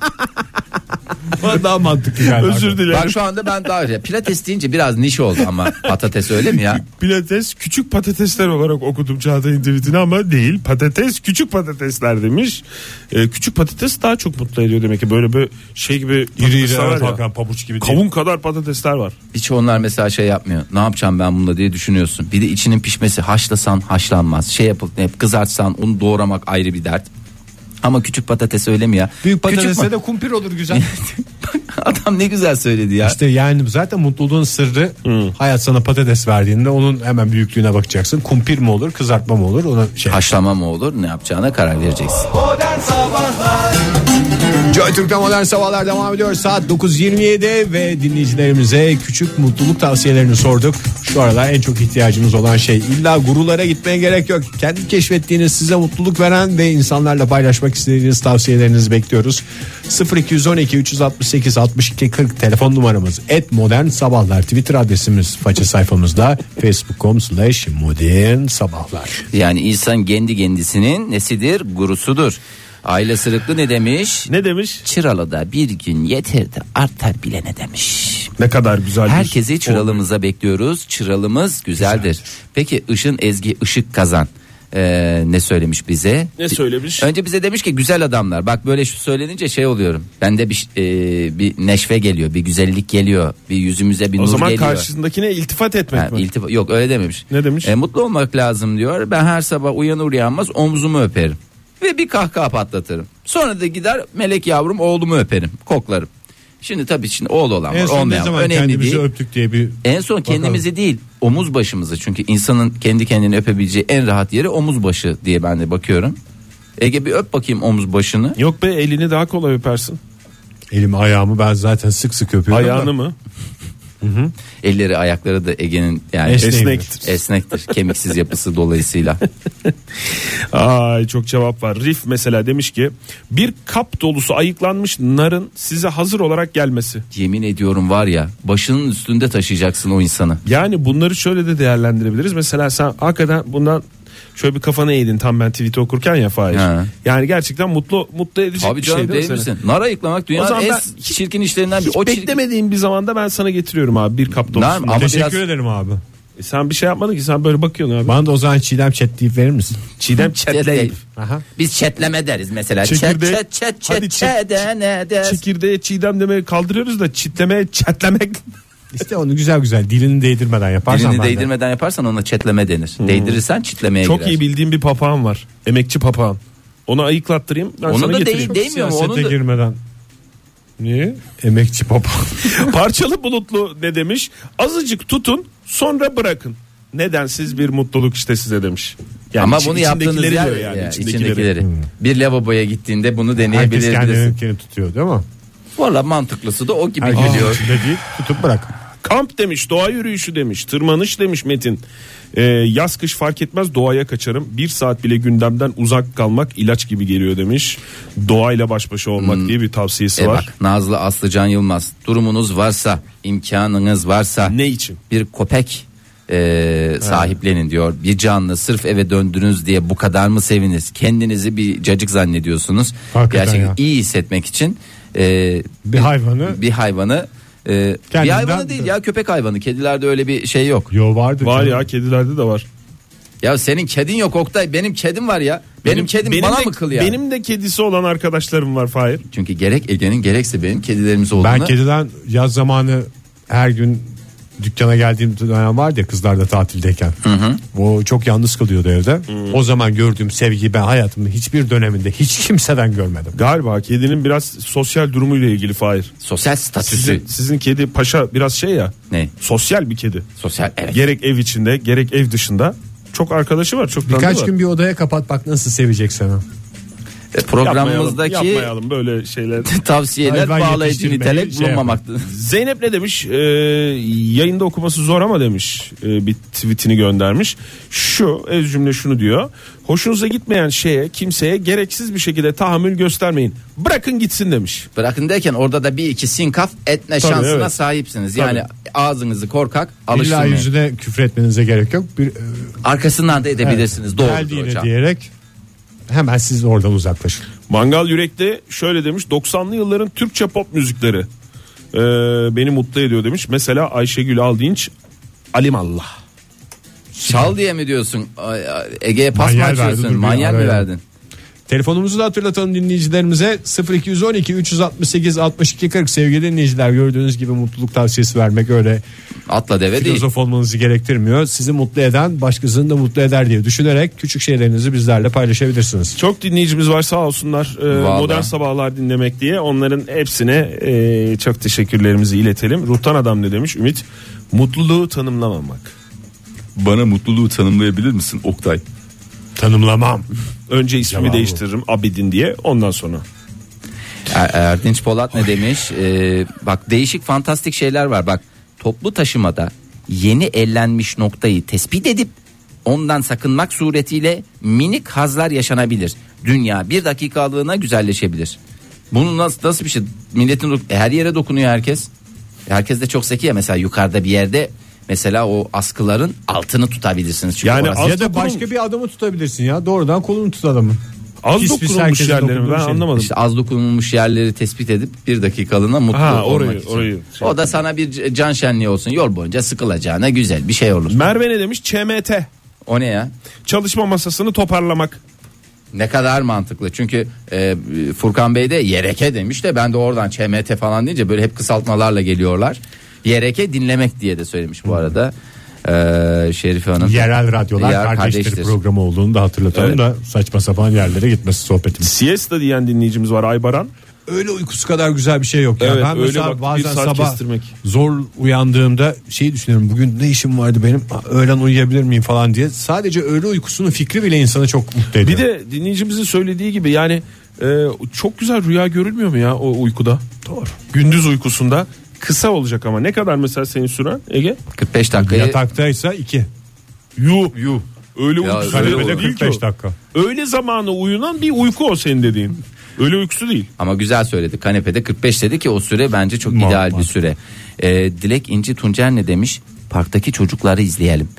[SPEAKER 2] daha mantıklı geldi.
[SPEAKER 4] Özür dilerim.
[SPEAKER 3] Bak şu anda ben daha pilates deyince biraz niş oldu ama patates öyle mi ya?
[SPEAKER 4] Pilates küçük patatesler olarak okudum Çağatay'ın tweetini ama değil patates küçük patatesler demiş. Ee, küçük patates daha çok mutlu ediyor demek ki böyle böyle şey gibi
[SPEAKER 2] İri iri
[SPEAKER 4] patatesler
[SPEAKER 2] evet,
[SPEAKER 4] var ya.
[SPEAKER 2] Hakan pabuç gibi değil.
[SPEAKER 4] Kavun kadar patatesler var.
[SPEAKER 3] Hiç onlar mesela şey yapmıyor. Ne yapacağım ben bununla diye düşünüyorsun. Bir de içinin pişmesi haşlasan haşlanmaz. Şey yapıp hep kızartsan onu doğramak ayrı bir dert. Ama küçük patates öyle mi ya?
[SPEAKER 2] Büyük
[SPEAKER 3] Küçük
[SPEAKER 2] patatese de kumpir olur güzel.
[SPEAKER 3] pa- Adam ne güzel söyledi ya.
[SPEAKER 2] İşte yani zaten mutluluğun sırrı hayat sana patates verdiğinde onun hemen büyüklüğüne bakacaksın. Kumpir mi olur kızartma mı olur ona şey.
[SPEAKER 3] Haşlama mı olur ne yapacağına karar vereceksin.
[SPEAKER 2] Joy Türk'te modern sabahlar devam ediyor. Saat 9.27 ve dinleyicilerimize küçük mutluluk tavsiyelerini sorduk. Şu aralar en çok ihtiyacımız olan şey illa gurulara gitmeye gerek yok. Kendi keşfettiğiniz size mutluluk veren ve insanlarla paylaşmak istediğiniz tavsiyelerinizi bekliyoruz. 0212 368 62 40 telefon numaramız et modern sabahlar twitter adresimiz faça sayfamızda facebook.com slash modern sabahlar.
[SPEAKER 3] Yani insan kendi kendisinin nesidir? Gurusudur. Aile sırıklı ne demiş?
[SPEAKER 4] Ne demiş?
[SPEAKER 3] Çıralı'da bir gün yeter de artar bile ne demiş.
[SPEAKER 4] Ne kadar güzel. bir-
[SPEAKER 3] Herkesi çıralımıza bekliyoruz. Çıralımız güzeldir. Peki Işın Ezgi Işık Kazan ee, ne söylemiş bize?
[SPEAKER 4] Ne söylemiş?
[SPEAKER 3] Önce bize demiş ki güzel adamlar. Bak böyle şu söylenince şey oluyorum. Bende bir ee, bir neşve geliyor, bir güzellik geliyor, bir yüzümüze bir
[SPEAKER 4] O
[SPEAKER 3] nur
[SPEAKER 4] zaman
[SPEAKER 3] geliyor.
[SPEAKER 4] karşısındakine iltifat etmek
[SPEAKER 3] Ha,
[SPEAKER 4] mi?
[SPEAKER 3] iltifa- yok öyle dememiş.
[SPEAKER 4] Ne demiş?
[SPEAKER 3] E, mutlu olmak lazım diyor. Ben her sabah uyanır uyanmaz omzumu öperim. Ve bir kahkaha patlatırım. Sonra da gider melek yavrum oğlumu öperim. Koklarım. Şimdi tabii şimdi oğul olan var
[SPEAKER 2] En son ne
[SPEAKER 3] olmayan var.
[SPEAKER 2] zaman
[SPEAKER 3] Önemli
[SPEAKER 2] kendimizi
[SPEAKER 3] değil. E,
[SPEAKER 2] öptük diye bir
[SPEAKER 3] En son kendimizi değil omuz başımızı çünkü insanın kendi kendini öpebileceği en rahat yeri omuz başı diye ben de bakıyorum. Ege bir öp bakayım omuz başını.
[SPEAKER 4] Yok be elini daha kolay öpersin.
[SPEAKER 2] elimi ayağımı ben zaten sık sık öpüyorum. da.
[SPEAKER 4] Ayağını mı?
[SPEAKER 3] Elleri ayakları da Ege'nin yani
[SPEAKER 2] Esnek.
[SPEAKER 4] Esnektir.
[SPEAKER 3] esnektir kemiksiz yapısı dolayısıyla. E,
[SPEAKER 4] Ay çok cevap var. Rif mesela demiş ki bir kap dolusu ayıklanmış narın size hazır olarak gelmesi.
[SPEAKER 3] Yemin ediyorum var ya başının üstünde taşıyacaksın o insanı.
[SPEAKER 4] Yani bunları şöyle de değerlendirebiliriz. Mesela sen hakikaten bundan şöyle bir kafana eğdin tam ben tweet'i okurken ya Fahir.
[SPEAKER 3] He.
[SPEAKER 4] Yani gerçekten mutlu mutlu edecek
[SPEAKER 3] Abi
[SPEAKER 4] bir şey
[SPEAKER 3] canım
[SPEAKER 4] değil
[SPEAKER 3] değil
[SPEAKER 4] mi seni?
[SPEAKER 3] misin? Nara yıklamak dünyanın
[SPEAKER 4] zaman
[SPEAKER 3] en
[SPEAKER 4] ben
[SPEAKER 3] çirkin işlerinden biri.
[SPEAKER 4] Hiç
[SPEAKER 3] O çirkin...
[SPEAKER 4] beklemediğim bir zamanda ben sana getiriyorum abi bir kap
[SPEAKER 3] Nar-
[SPEAKER 4] dolusu.
[SPEAKER 3] ama
[SPEAKER 4] Teşekkür-
[SPEAKER 3] biraz-
[SPEAKER 2] Teşekkür ederim abi.
[SPEAKER 4] E sen bir şey yapmadın ki sen böyle bakıyorsun abi.
[SPEAKER 2] Bana da o zaman çiğdem çetleyip verir misin?
[SPEAKER 4] Çiğdem
[SPEAKER 3] Çetleyip.
[SPEAKER 4] çetleyip.
[SPEAKER 2] Aha.
[SPEAKER 3] Biz çetleme deriz mesela. Çet çet
[SPEAKER 4] Çekirdek-
[SPEAKER 3] çet çet
[SPEAKER 4] Hadi
[SPEAKER 3] çet çet ne deriz?
[SPEAKER 4] Çekirdeğe çiğdem demeye kaldırıyoruz da çitlemeye çetlemek.
[SPEAKER 2] İşte onu güzel güzel dilini değdirmeden yaparsan
[SPEAKER 3] Dilini
[SPEAKER 2] ben de.
[SPEAKER 3] değdirmeden yaparsan ona çetleme denir. Değdirirsen çitlemeye
[SPEAKER 4] Hmm. Çok
[SPEAKER 3] girer.
[SPEAKER 4] iyi bildiğim bir papağan var. Emekçi papağan. Onu ayıklattırayım ben
[SPEAKER 3] Onu
[SPEAKER 4] sana
[SPEAKER 3] da
[SPEAKER 4] getireyim.
[SPEAKER 3] değil, değmiyor mu? Onu
[SPEAKER 2] Siyasete
[SPEAKER 3] da...
[SPEAKER 2] girmeden.
[SPEAKER 4] Niye?
[SPEAKER 2] Emekçi baba.
[SPEAKER 4] Parçalı bulutlu ne demiş? Azıcık tutun sonra bırakın. Neden siz bir mutluluk işte size demiş. Yani
[SPEAKER 3] Ama
[SPEAKER 4] içi-
[SPEAKER 3] bunu yaptığınız
[SPEAKER 4] içindekileri
[SPEAKER 3] yer
[SPEAKER 4] diyor
[SPEAKER 3] yani,
[SPEAKER 4] içindekileri.
[SPEAKER 3] içindekileri. Bir lavaboya gittiğinde bunu
[SPEAKER 2] Hmm. Herkes
[SPEAKER 3] deneyebilirsin.
[SPEAKER 2] kendini tutuyor değil mi?
[SPEAKER 3] Valla mantıklısı da o gibi
[SPEAKER 2] Herkes
[SPEAKER 3] geliyor.
[SPEAKER 2] içinde değil tutup bırak.
[SPEAKER 4] Kamp demiş, doğa yürüyüşü demiş, tırmanış demiş Metin. Ee, yaz kış fark etmez doğaya kaçarım. Bir saat bile gündemden uzak kalmak ilaç gibi geliyor demiş. Doğayla baş başa olmak diye bir tavsiyesi
[SPEAKER 3] E
[SPEAKER 4] var.
[SPEAKER 3] bak Nazlı Aslıcan Yılmaz durumunuz varsa imkanınız varsa
[SPEAKER 4] Ne için?
[SPEAKER 3] bir köpek e, sahiplenin diyor. Bir canlı sırf eve döndünüz diye bu kadar mı seviniz? Kendinizi bir cacık zannediyorsunuz.
[SPEAKER 2] Hakikaten
[SPEAKER 3] Gerçekten
[SPEAKER 2] ya.
[SPEAKER 3] iyi hissetmek için e,
[SPEAKER 2] Bir hayvanı
[SPEAKER 3] bir hayvanı e, Ee, bir
[SPEAKER 2] Kendinden-
[SPEAKER 3] hayvanı değil ya köpek hayvanı. Kedilerde öyle bir şey yok.
[SPEAKER 2] Yo vardı.
[SPEAKER 4] Var ya kedilerde de var.
[SPEAKER 3] Ya senin kedin yok Oktay. Benim kedim var ya. Benim, kedim bana
[SPEAKER 4] de,
[SPEAKER 3] mı kıl ya?
[SPEAKER 4] Benim de kedisi olan arkadaşlarım var Fahir.
[SPEAKER 3] Çünkü gerek Ege'nin gerekse benim kedilerimiz olduğunu.
[SPEAKER 2] Ben kediden yaz zamanı her gün dükkana geldiğim dönem vardı ya kızlar da tatildeyken. O çok yalnız kalıyordu evde. O zaman gördüğüm sevgiyi ben hayatımın hiçbir döneminde hiç kimseden görmedim.
[SPEAKER 4] Galiba kedinin biraz sosyal durumuyla ilgili Fahir.
[SPEAKER 3] Sosyal statüsü.
[SPEAKER 4] Sizin, sizin kedi paşa biraz şey ya.
[SPEAKER 3] Ne?
[SPEAKER 4] Sosyal bir kedi.
[SPEAKER 3] Sosyal evet.
[SPEAKER 4] Gerek ev içinde gerek ev dışında. Çok arkadaşı var çok tanıdığı
[SPEAKER 2] Birkaç
[SPEAKER 4] var.
[SPEAKER 2] gün bir odaya kapat bak nasıl sevecek seni.
[SPEAKER 3] E, programımızdaki
[SPEAKER 4] Yapmayalım, yapmayalım böyle şeyler.
[SPEAKER 3] tavsiyeler
[SPEAKER 2] Hayvan
[SPEAKER 3] bağlayıcı
[SPEAKER 2] yetiştirmeyi
[SPEAKER 3] nitelik
[SPEAKER 2] şey
[SPEAKER 3] bulunmamaktı.
[SPEAKER 4] Zeynep ne demiş? Ee, yayında okuması zor ama demiş. Ee, bir tweetini göndermiş. Şu ez cümle şunu diyor. Hoşunuza gitmeyen şeye kimseye gereksiz bir şekilde tahammül göstermeyin. Bırakın gitsin demiş.
[SPEAKER 3] Bırakın derken orada da bir iki sinkaf etme
[SPEAKER 4] Tabii,
[SPEAKER 3] şansına
[SPEAKER 4] evet.
[SPEAKER 3] sahipsiniz.
[SPEAKER 4] Tabii.
[SPEAKER 3] Yani ağzınızı korkak
[SPEAKER 2] İlla
[SPEAKER 3] alıştırmayın.
[SPEAKER 2] yüzüne küfür etmenize gerek yok. Bir, e,
[SPEAKER 3] Arkasından da
[SPEAKER 4] E,
[SPEAKER 3] edebilirsiniz. Doğrudur
[SPEAKER 2] geldiğine
[SPEAKER 3] hocam.
[SPEAKER 2] diyerek hemen siz oradan uzaklaşın.
[SPEAKER 4] Mangal Yürek'te şöyle demiş 90'lı yılların Türkçe pop müzikleri e, beni mutlu ediyor demiş. Mesela Ayşegül Aldinç Alimallah.
[SPEAKER 3] Çal diye mi diyorsun? Ay, ay, Ege'ye pas mı
[SPEAKER 2] Manyel verdi, dur
[SPEAKER 3] açıyorsun?
[SPEAKER 2] bir
[SPEAKER 3] Manyak mı
[SPEAKER 2] araya.
[SPEAKER 3] verdin?
[SPEAKER 2] Telefonumuzu da hatırlatalım dinleyicilerimize 0212 368 62 40 sevgili dinleyiciler gördüğünüz gibi mutluluk tavsiyesi vermek öyle
[SPEAKER 3] Atla deve değil.
[SPEAKER 2] filozof olmanızı gerektirmiyor. Sizi mutlu eden başkasını da mutlu eder diye düşünerek küçük şeylerinizi bizlerle paylaşabilirsiniz.
[SPEAKER 4] Çok dinleyicimiz var sağ olsunlar E,
[SPEAKER 3] Vallahi.
[SPEAKER 4] modern sabahlar dinlemek diye onların hepsine e, çok teşekkürlerimizi iletelim. Ruhtan adam ne demiş Ümit mutluluğu tanımlamamak.
[SPEAKER 7] Bana mutluluğu tanımlayabilir misin Oktay?
[SPEAKER 2] Tanımlamam.
[SPEAKER 4] Önce ismi
[SPEAKER 2] Yalan bu.
[SPEAKER 4] değiştiririm Abidin diye ondan sonra.
[SPEAKER 3] Er- Erdinç Polat ne demiş? Ee, bak değişik fantastik şeyler var. Bak toplu taşımada yeni ellenmiş noktayı tespit edip ondan sakınmak suretiyle minik hazlar yaşanabilir. Dünya bir dakikalığına güzelleşebilir. Bunu nasıl nasıl bir şey? Milletin dok- her yere dokunuyor herkes. Herkes de çok zeki ya mesela yukarıda bir yerde mesela o askıların altını tutabilirsiniz. Çünkü
[SPEAKER 4] Yani
[SPEAKER 3] orası-
[SPEAKER 4] az
[SPEAKER 2] ya da
[SPEAKER 4] dokunulmuş.
[SPEAKER 2] başka bir adamı tutabilirsin ya doğrudan kolunu tut adamın. Pis
[SPEAKER 4] Az
[SPEAKER 2] pis
[SPEAKER 4] dokunulmuş
[SPEAKER 2] herkesin
[SPEAKER 4] yerlerim
[SPEAKER 2] dokunduğu
[SPEAKER 4] ben
[SPEAKER 2] şey.
[SPEAKER 4] anlamadım.
[SPEAKER 3] İşte az dokunulmuş yerleri tespit edip bir dakikalığına mutlu
[SPEAKER 4] Ha,
[SPEAKER 3] olmak
[SPEAKER 4] orayı-
[SPEAKER 3] için.
[SPEAKER 4] orayı şey
[SPEAKER 3] o da sana bir can şenliği olsun. Yol boyunca sıkılacağına güzel bir şey olur.
[SPEAKER 4] Merve ne demiş ÇMT
[SPEAKER 3] O ne ya?
[SPEAKER 4] çalışma masasını toparlamak.
[SPEAKER 3] Ne kadar mantıklı. Çünkü e, Furkan Bey de yereke demiş de ben de oradan ÇMT falan deyince böyle hep kısaltmalarla geliyorlar. Yereke dinlemek diye de söylemiş bu arada. E, Şerife Hanım.
[SPEAKER 2] Yerel radyolar
[SPEAKER 3] Yer
[SPEAKER 2] kardeştir,
[SPEAKER 3] kardeştir.
[SPEAKER 2] programı olduğunu da hatırlatalım
[SPEAKER 3] Evet.
[SPEAKER 2] da saçma sapan yerlere gitmesi sohbetimiz.
[SPEAKER 4] Siesta diyen dinleyicimiz var Aybaran.
[SPEAKER 2] Öyle uykusu kadar güzel bir şey yok. ya.
[SPEAKER 4] Evet,
[SPEAKER 2] ben
[SPEAKER 4] öyle
[SPEAKER 2] mesela
[SPEAKER 4] bak, bir
[SPEAKER 2] bazen
[SPEAKER 4] saat
[SPEAKER 2] sabah
[SPEAKER 4] kestirmek.
[SPEAKER 2] zor uyandığımda şeyi düşünüyorum. Bugün ne işim vardı benim? Ha, Öğlen uyuyabilir miyim falan diye. Sadece öğle uykusunun fikri bile insanı çok mutlu ediyor.
[SPEAKER 4] Bir de dinleyicimizin söylediği gibi yani e, çok güzel rüya görülmüyor mu ya o uykuda? Doğru. Gündüz uykusunda kısa olacak ama ne kadar mesela senin süren Ege?
[SPEAKER 3] 45 dakikayı
[SPEAKER 2] yataktaysa iki.
[SPEAKER 4] Yu. Yu. Öyle
[SPEAKER 3] Ya
[SPEAKER 4] uykusu
[SPEAKER 3] öyle
[SPEAKER 4] değil
[SPEAKER 2] Kalemede
[SPEAKER 4] o.
[SPEAKER 2] 45 dakika.
[SPEAKER 4] Öyle zamanı uyunan bir uyku o senin dediğin. Öyle uykusu değil.
[SPEAKER 3] Ama güzel söyledi. Kanepede 45 dedi ki o süre bence çok
[SPEAKER 2] Ma-
[SPEAKER 3] ideal
[SPEAKER 2] ma-
[SPEAKER 3] bir süre. Ee, Dilek İnci Tuncer ne demiş? Parktaki çocukları izleyelim.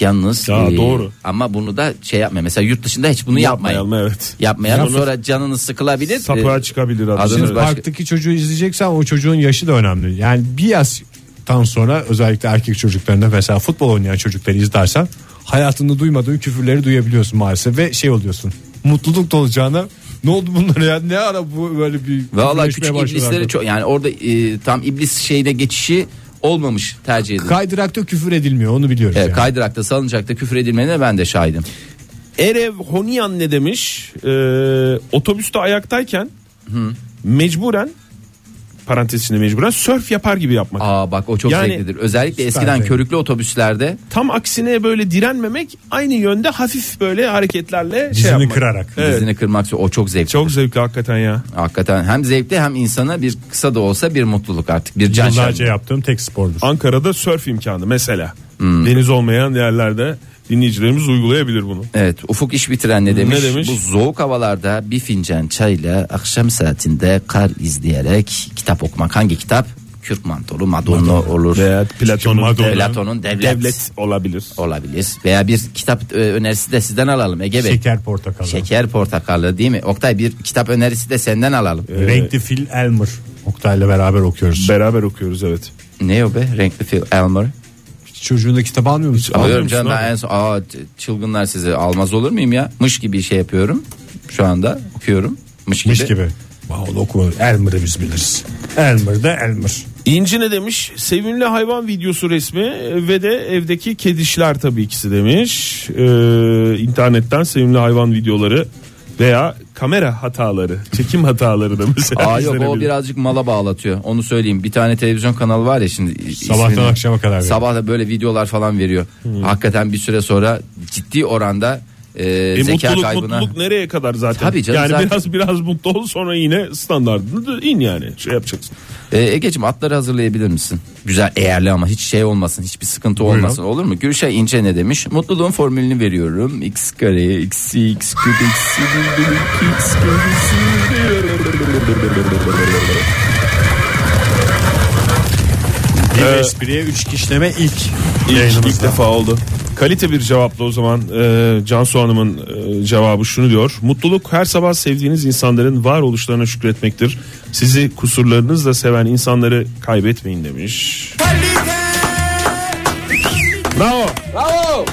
[SPEAKER 3] Yalnız e,
[SPEAKER 4] Ya doğru.
[SPEAKER 3] ama bunu da şey yapma. Mesela yurt dışında hiç bunu yapmayın.
[SPEAKER 4] Yapmayalım, evet.
[SPEAKER 3] Yapmayalım
[SPEAKER 4] Yalnız-
[SPEAKER 3] sonra canınız sıkılabilir.
[SPEAKER 4] Sapığa
[SPEAKER 3] Ee,
[SPEAKER 4] çıkabilir
[SPEAKER 3] adınız
[SPEAKER 4] adını.
[SPEAKER 2] Şimdi
[SPEAKER 3] Başka-
[SPEAKER 2] parktaki çocuğu izleyeceksen o çocuğun yaşı da önemli. Yani bir yaştan sonra özellikle erkek çocuklarında mesela futbol oynayan çocukları izlersen hayatında duymadığın küfürleri duyabiliyorsun maalesef ve şey oluyorsun. Mutluluk da olacağına ne oldu bunlara ya ne ara bu böyle bir
[SPEAKER 3] Valla
[SPEAKER 2] küfürleşmeye
[SPEAKER 3] küçük
[SPEAKER 2] başladılar
[SPEAKER 3] iblisleri
[SPEAKER 2] böyle?
[SPEAKER 3] çok yani orada e, tam iblis şeyine geçişi olmamış tercih edildi.
[SPEAKER 2] Kaydırakta küfür edilmiyor onu biliyoruz.
[SPEAKER 3] Evet,
[SPEAKER 2] yani.
[SPEAKER 3] kaydırakta salıncakta küfür edilmene ben de şahidim.
[SPEAKER 4] Erev Honian ne demiş? Ee, otobüste ayaktayken mecburen parantez içinde mecburen sörf yapar gibi yapmak.
[SPEAKER 3] Aa bak o çok
[SPEAKER 4] Yani-
[SPEAKER 3] zevklidir. Özellikle eskiden
[SPEAKER 2] zevk.
[SPEAKER 3] körüklü otobüslerde
[SPEAKER 4] Tam aksine böyle direnmemek aynı yönde hafif böyle hareketlerle şey
[SPEAKER 2] Dizini
[SPEAKER 4] yapmak.
[SPEAKER 2] kırarak.
[SPEAKER 4] Evet.
[SPEAKER 3] dizini kırmak o çok zevkli.
[SPEAKER 4] Çok zevkli hakikaten ya.
[SPEAKER 3] Hakikaten hem zevkli hem insana bir kısa da olsa bir mutluluk artık bir can
[SPEAKER 2] Yıllarca
[SPEAKER 3] şenliği.
[SPEAKER 2] yaptığım tek spordur.
[SPEAKER 4] Ankara'da sörf imkanı mesela. Deniz olmayan yerlerde dinleyicilerimiz uygulayabilir bunu.
[SPEAKER 3] Evet Ufuk iş bitiren ne demiş?
[SPEAKER 4] Ne demiş?
[SPEAKER 3] Bu soğuk havalarda bir fincan çayla akşam saatinde kar izleyerek kitap okumak hangi kitap? Kürt mantolu Madonna olur.
[SPEAKER 4] Veya Platon'un
[SPEAKER 2] Madonna.
[SPEAKER 3] Platon'un devlet,
[SPEAKER 4] devlet olabilir.
[SPEAKER 3] olabilir. Veya bir kitap e, önerisi de sizden alalım Ege Bey.
[SPEAKER 2] Şeker portakalı.
[SPEAKER 3] Şeker portakalı değil mi? Oktay bir kitap önerisi de senden alalım.
[SPEAKER 2] Renkli fil Elmer. Oktay'la beraber okuyoruz.
[SPEAKER 4] Beraber okuyoruz evet.
[SPEAKER 3] Ne o be? Renkli Phil Elmer.
[SPEAKER 2] Hiç Çocuğunda kitap almıyor musun?
[SPEAKER 3] Alıyorum
[SPEAKER 4] musun
[SPEAKER 3] canım
[SPEAKER 4] abi?
[SPEAKER 3] ben en son. Aa, ç- çılgınlar sizi almaz olur muyum ya? Mış gibi şey yapıyorum. Şu anda okuyorum. Mış gibi.
[SPEAKER 2] Almış gibi. Vallahi onu okuma. Elmer'ı biz biliriz. Elmer de Elmer.
[SPEAKER 4] İnci ne demiş? Sevimli hayvan videosu resmi ve de evdeki kedişler tabii ikisi demiş. Ee, internetten sevimli hayvan videoları veya kamera hataları, çekim hataları da mesela.
[SPEAKER 3] Aa yok o
[SPEAKER 4] izlenebilir.
[SPEAKER 3] birazcık mala bağlatıyor. Onu söyleyeyim. Bir tane televizyon kanalı var ya şimdi.
[SPEAKER 2] Sabahtan
[SPEAKER 3] ismini-
[SPEAKER 2] akşama kadar veriyor.
[SPEAKER 3] Sabah da böyle videolar falan veriyor. Hakikaten bir süre sonra ciddi oranda e,
[SPEAKER 4] E,
[SPEAKER 3] zeka
[SPEAKER 4] mutluluk
[SPEAKER 3] kaybına.
[SPEAKER 4] mutluluk nereye kadar zaten?
[SPEAKER 3] Tabii canım,
[SPEAKER 4] yani
[SPEAKER 3] zaten.
[SPEAKER 4] biraz biraz mutlu ol sonra yine standartını da in yani. Şey yapacaksın.
[SPEAKER 3] E, Ege'cim atları hazırlayabilir misin? Güzel eğerli ama hiç şey olmasın. Hiçbir sıkıntı olmasın olur mu? Gülşah İnce ne demiş? Mutluluğun formülünü veriyorum. X kare eksi x küp eksi bir bölü iki x kare.
[SPEAKER 2] Bir espriye üç kişleme ilk.
[SPEAKER 4] İlk, Ee, ilk defa oldu. Kalite bir cevapla o zaman e, Cansu Hanım'ın e, cevabı şunu diyor. Mutluluk her sabah sevdiğiniz insanların varoluşlarına şükretmektir. Sizi kusurlarınızla seven insanları kaybetmeyin demiş. Bravo. Bravo.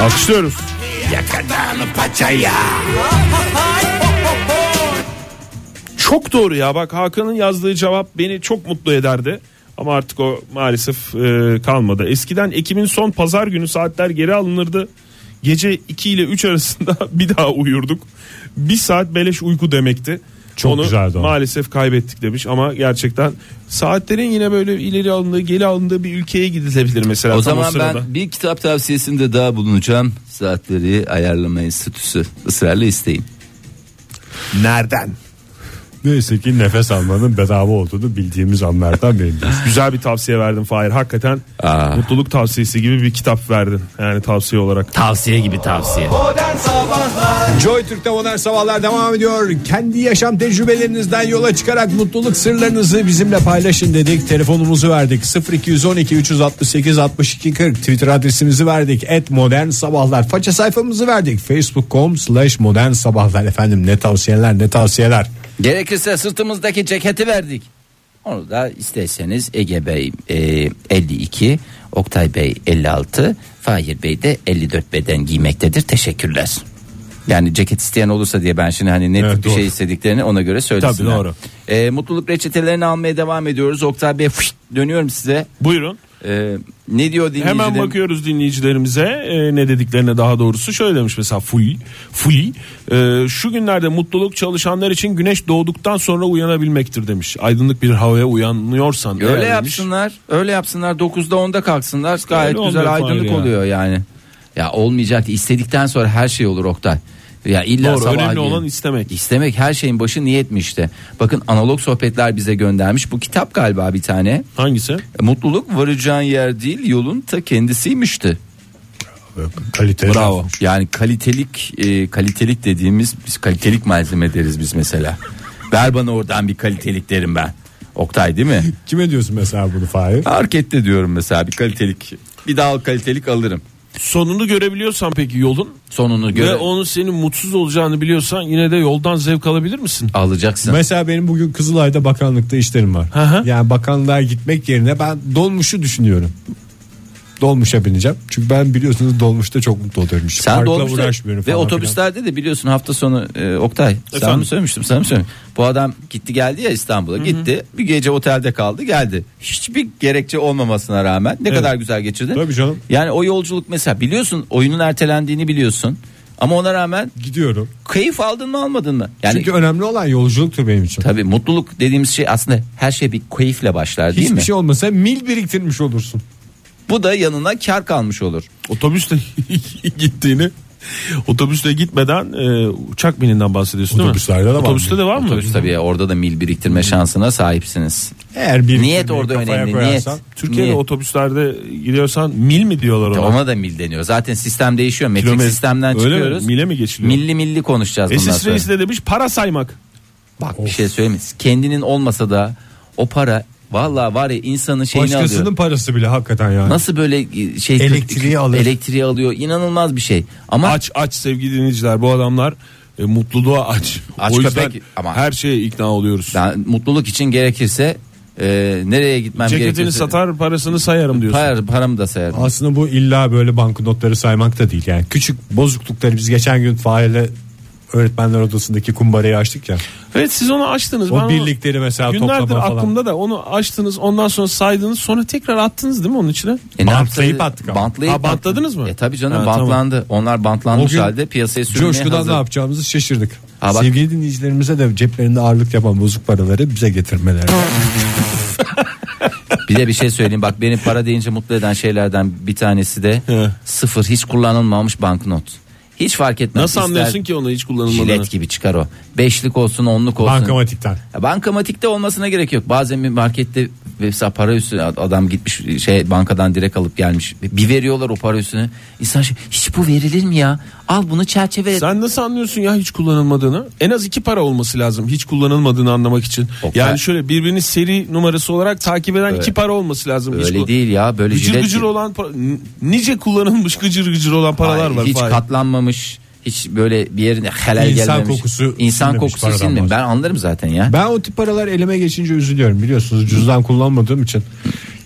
[SPEAKER 4] Alkışlıyoruz. Çok doğru ya bak Hakan'ın yazdığı cevap beni çok mutlu ederdi. Ama artık o maalesef e, kalmadı. Eskiden Ekim'in son pazar günü saatler geri alınırdı. Gece 2 ile 3 arasında bir daha uyurduk. Bir saat beleş uyku demekti.
[SPEAKER 2] Çok
[SPEAKER 4] Onu
[SPEAKER 2] güzeldi o.
[SPEAKER 4] maalesef kaybettik demiş ama gerçekten saatlerin yine böyle ileri alındığı geri alındığı bir ülkeye gidilebilir mesela.
[SPEAKER 3] O
[SPEAKER 4] tam
[SPEAKER 3] zaman
[SPEAKER 4] sırada.
[SPEAKER 3] ben bir kitap tavsiyesinde daha bulunacağım. Saatleri ayarlama enstitüsü. Israrla isteyin.
[SPEAKER 4] nereden?
[SPEAKER 2] Neyse ki nefes almanın bedava olduğunu bildiğimiz anlardan biridir.
[SPEAKER 4] Güzel bir tavsiye verdin Fahir. Hakikaten mutluluk tavsiyesi gibi bir kitap verdin. Yani tavsiye olarak.
[SPEAKER 6] Tavsiye gibi tavsiye.
[SPEAKER 2] Joy Türk'te modern sabahlar devam ediyor. Kendi yaşam tecrübelerinizden yola çıkarak mutluluk sırlarınızı bizimle paylaşın dedik. Telefonumuzu verdik 0212 368 62 40 Twitter adresimizi verdik. Et modern sabahlar. Faça sayfamızı verdik. Facebook.com slash modern sabahlar. Efendim ne tavsiyeler ne tavsiyeler.
[SPEAKER 3] Gerekirse sırtımızdaki ceketi verdik. Onu da isterseniz Ege Bey e, 52, Oktay Bey 56, Fahir Bey de 54 beden giymektedir. Teşekkürler. Yani ceket isteyen olursa diye ben şimdi hani ne
[SPEAKER 2] Evet,
[SPEAKER 3] tip bir
[SPEAKER 2] doğru.
[SPEAKER 3] şey istediklerini ona göre söylesinler.
[SPEAKER 2] Tabii, doğru.
[SPEAKER 3] E, mutluluk reçetelerini almaya devam ediyoruz. Oktay Bey fışt, dönüyorum size.
[SPEAKER 4] Buyurun.
[SPEAKER 3] E, ne diyor dinleyicilerim?
[SPEAKER 4] Hemen bakıyoruz dinleyicilerimize e, ne dediklerine daha doğrusu. Şöyle demiş mesela Fuyi. Fuyi. e, şu günlerde mutluluk çalışanlar için güneş doğduktan sonra uyanabilmektir demiş. Aydınlık bir havaya uyanıyorsan.
[SPEAKER 3] Öyle
[SPEAKER 4] eğer demiş.
[SPEAKER 3] yapsınlar. Öyle yapsınlar. 9'da 10'da kalksınlar. Gayet
[SPEAKER 4] Öyle
[SPEAKER 3] güzel
[SPEAKER 4] oluyor
[SPEAKER 3] aydınlık
[SPEAKER 4] Fahir ya.
[SPEAKER 3] oluyor yani. Ya olmayacak. istedikten sonra her şey olur Oktay. Ya illa
[SPEAKER 4] Doğru,
[SPEAKER 3] sabah
[SPEAKER 4] önemli
[SPEAKER 3] gelin.
[SPEAKER 4] olan istemek.
[SPEAKER 3] İstemek her şeyin başı niyetmişti. Bakın analog sohbetler bize göndermiş. Bu kitap galiba bir tane.
[SPEAKER 4] Hangisi?
[SPEAKER 3] Mutluluk varacağın yer değil yolun ta kendisiymişti.
[SPEAKER 2] Kaliteli.
[SPEAKER 3] Yani kalitelik e, kalitelik dediğimiz biz kalitelik malzeme deriz biz mesela. Ver bana oradan bir kalitelik derim ben. Oktay değil mi?
[SPEAKER 2] Kime diyorsun mesela bunu Fahir?
[SPEAKER 3] Markette diyorum mesela bir kalitelik. Bir daha kalitelik alırım.
[SPEAKER 4] Sonunu görebiliyorsan peki yolun
[SPEAKER 3] Sonunu göre
[SPEAKER 4] ve onun senin mutsuz olacağını biliyorsan yine de yoldan zevk alabilir misin?
[SPEAKER 3] alacaksın.
[SPEAKER 2] Mesela benim bugün Kızılay'da bakanlıkta işlerim var.
[SPEAKER 4] Hı hı.
[SPEAKER 2] Yani bakanlığa gitmek yerine ben dolmuşu düşünüyorum. Dolmuşa bineceğim. Çünkü ben biliyorsunuz dolmuşta çok mutlu oluyorum. Hiç
[SPEAKER 3] Sen
[SPEAKER 2] parkla
[SPEAKER 3] dolmuşta
[SPEAKER 2] uğraşmıyorum
[SPEAKER 3] ve
[SPEAKER 2] falan
[SPEAKER 3] otobüslerde de biliyorsun hafta sonu e, Oktay sana
[SPEAKER 4] Efendim?
[SPEAKER 3] mı söylemiştim sana mı söylemiştim. Bu adam gitti geldi ya İstanbul'a gitti bir gece otelde kaldı geldi. Hiçbir gerekçe olmamasına rağmen ne kadar güzel geçirdin.
[SPEAKER 2] Tabii canım.
[SPEAKER 3] Yani o yolculuk mesela biliyorsun oyunun ertelendiğini biliyorsun ama ona rağmen
[SPEAKER 2] filan. Gidiyorum.
[SPEAKER 3] keyif aldın mı almadın mı? Yani
[SPEAKER 2] Çünkü önemli olan yolculuktur benim için.
[SPEAKER 3] Hani- tabii mutluluk dediğimiz şey aslında her şey bir keyifle başlar değil
[SPEAKER 2] Hiçbir
[SPEAKER 3] mi?
[SPEAKER 2] şey olmasa mil biriktirmiş olursun.
[SPEAKER 3] Bu da yanına kar kalmış olur.
[SPEAKER 4] Otobüsle gittiğini otobüsle gitmeden e, uçak bininden bahsediyorsun değil mi?
[SPEAKER 2] Otobüslerde de var
[SPEAKER 4] Otobüste
[SPEAKER 2] mı?
[SPEAKER 4] de var mı?
[SPEAKER 3] Otobüs tabii orada da mil biriktirme şansına sahipsiniz.
[SPEAKER 2] Eğer bir
[SPEAKER 3] Niyet orada önemli, niyet.
[SPEAKER 4] Türkiye'de
[SPEAKER 3] Niye?
[SPEAKER 4] otobüslerde gidiyorsan mil mi diyorlar ona?
[SPEAKER 3] Ona da mil deniyor. Zaten sistem değişiyor. Metrik
[SPEAKER 4] Kilometre-
[SPEAKER 3] sistemden
[SPEAKER 4] Öyle mi?
[SPEAKER 3] çıkıyoruz.
[SPEAKER 4] Mile mi geçiliyor? E,
[SPEAKER 3] Milli milli konuşacağız bundan
[SPEAKER 4] Esis
[SPEAKER 3] sonra.
[SPEAKER 4] Reis de demiş para saymak.
[SPEAKER 3] Bak bir şey söyleyeyim. mi? Kendinin olmasa da o para vallahi var ya insanın şeyini
[SPEAKER 2] Başkasının
[SPEAKER 3] alıyor.
[SPEAKER 2] parası bile hakikaten yani.
[SPEAKER 3] Nasıl böyle şey
[SPEAKER 2] Elektriği alır.
[SPEAKER 3] Elektriği alıyor. İnanılmaz bir şey. Ama
[SPEAKER 4] Aç aç sevgili dinleyiciler bu adamlar e, mutluluğa aç.
[SPEAKER 3] Aç
[SPEAKER 4] o yüzden
[SPEAKER 3] köpek ama-
[SPEAKER 4] her şeye ikna oluyoruz.
[SPEAKER 3] Ben mutluluk için gerekirse e, nereye gitmem
[SPEAKER 4] Ceketini
[SPEAKER 3] gerekirse
[SPEAKER 4] satar parasını sayarım diyorsun.
[SPEAKER 3] Hayır, paramı da sayarım.
[SPEAKER 2] Aslında bu illa böyle banknotları saymak da değil. Yani küçük bozuklukları biz geçen gün faile öğretmenler odasındaki kumbarayı açtık ya.
[SPEAKER 4] Evet siz onu açtınız.
[SPEAKER 2] O
[SPEAKER 4] Ben onu-
[SPEAKER 2] birlikleri mesela
[SPEAKER 4] Günlerdir
[SPEAKER 2] toplama falan.
[SPEAKER 4] aklımda da onu açtınız ondan sonra saydınız sonra tekrar attınız değil mi onun içine?
[SPEAKER 3] E, ne
[SPEAKER 2] Bantlayıp
[SPEAKER 3] yaptı?
[SPEAKER 2] attık ama.
[SPEAKER 3] Bantlayıp
[SPEAKER 4] Ha, bantladınız
[SPEAKER 3] attık.
[SPEAKER 4] mı?
[SPEAKER 3] E tabii canım
[SPEAKER 4] Ha,
[SPEAKER 3] bantlandı. Onlar
[SPEAKER 2] O
[SPEAKER 3] bantlanmış
[SPEAKER 2] gün
[SPEAKER 3] halde piyasaya sürmeye
[SPEAKER 2] Coşkudan
[SPEAKER 3] hazır.
[SPEAKER 2] ne yapacağımızı şaşırdık.
[SPEAKER 3] Ha bak.
[SPEAKER 2] Sevgili dinleyicilerimize de ceplerinde ağırlık yapan bozuk paraları bize getirmeleri.
[SPEAKER 3] Bir de bir şey söyleyeyim bak benim para deyince mutlu eden şeylerden bir tanesi de
[SPEAKER 4] He.
[SPEAKER 3] sıfır hiç kullanılmamış banknot. Hiç fark etmez.
[SPEAKER 4] Nasıl
[SPEAKER 3] İster
[SPEAKER 4] anlıyorsun ki onu hiç kullanılmadığını?
[SPEAKER 3] Jilet gibi çıkar o. Beşlik olsun onluk olsun.
[SPEAKER 2] Bankamatikten.
[SPEAKER 3] Ya Bankamatikte olmasına gerek yok. Bazen bir markette mesela para üstüne adam gitmiş şey bankadan direkt alıp gelmiş. Bir veriyorlar o para üstüne. İnsan şey, hiç bu verilir mi ya? Al bunu çerçeve et.
[SPEAKER 4] Sen nasıl anlıyorsun ya hiç kullanılmadığını? En az iki para olması lazım hiç kullanılmadığını anlamak için.
[SPEAKER 3] O kadar-
[SPEAKER 4] Yani şöyle birbirini seri numarası olarak takip eden iki para olması lazım. Hiç
[SPEAKER 3] Öyle
[SPEAKER 4] kullan-
[SPEAKER 3] değil ya böyle
[SPEAKER 4] Gıcır
[SPEAKER 3] jilet
[SPEAKER 4] gıcır
[SPEAKER 3] gibi.
[SPEAKER 4] olan para- n- nice kullanılmış gıcır gıcır olan paralar
[SPEAKER 3] Ay,
[SPEAKER 4] var.
[SPEAKER 3] Hiç
[SPEAKER 4] Fahir.
[SPEAKER 3] katlanmamış. Hiç böyle bir yerine helal
[SPEAKER 2] İnsan
[SPEAKER 3] gelmemiş.
[SPEAKER 2] kokusu
[SPEAKER 3] İnsan
[SPEAKER 2] sinmemiş
[SPEAKER 3] kokusu
[SPEAKER 2] paradan
[SPEAKER 3] sinmemiş. Ben
[SPEAKER 2] bahsediyor.
[SPEAKER 3] anlarım zaten ya.
[SPEAKER 2] Ben o tip paralar elime geçince üzülüyorum biliyorsunuz cüzdan kullanmadığım için.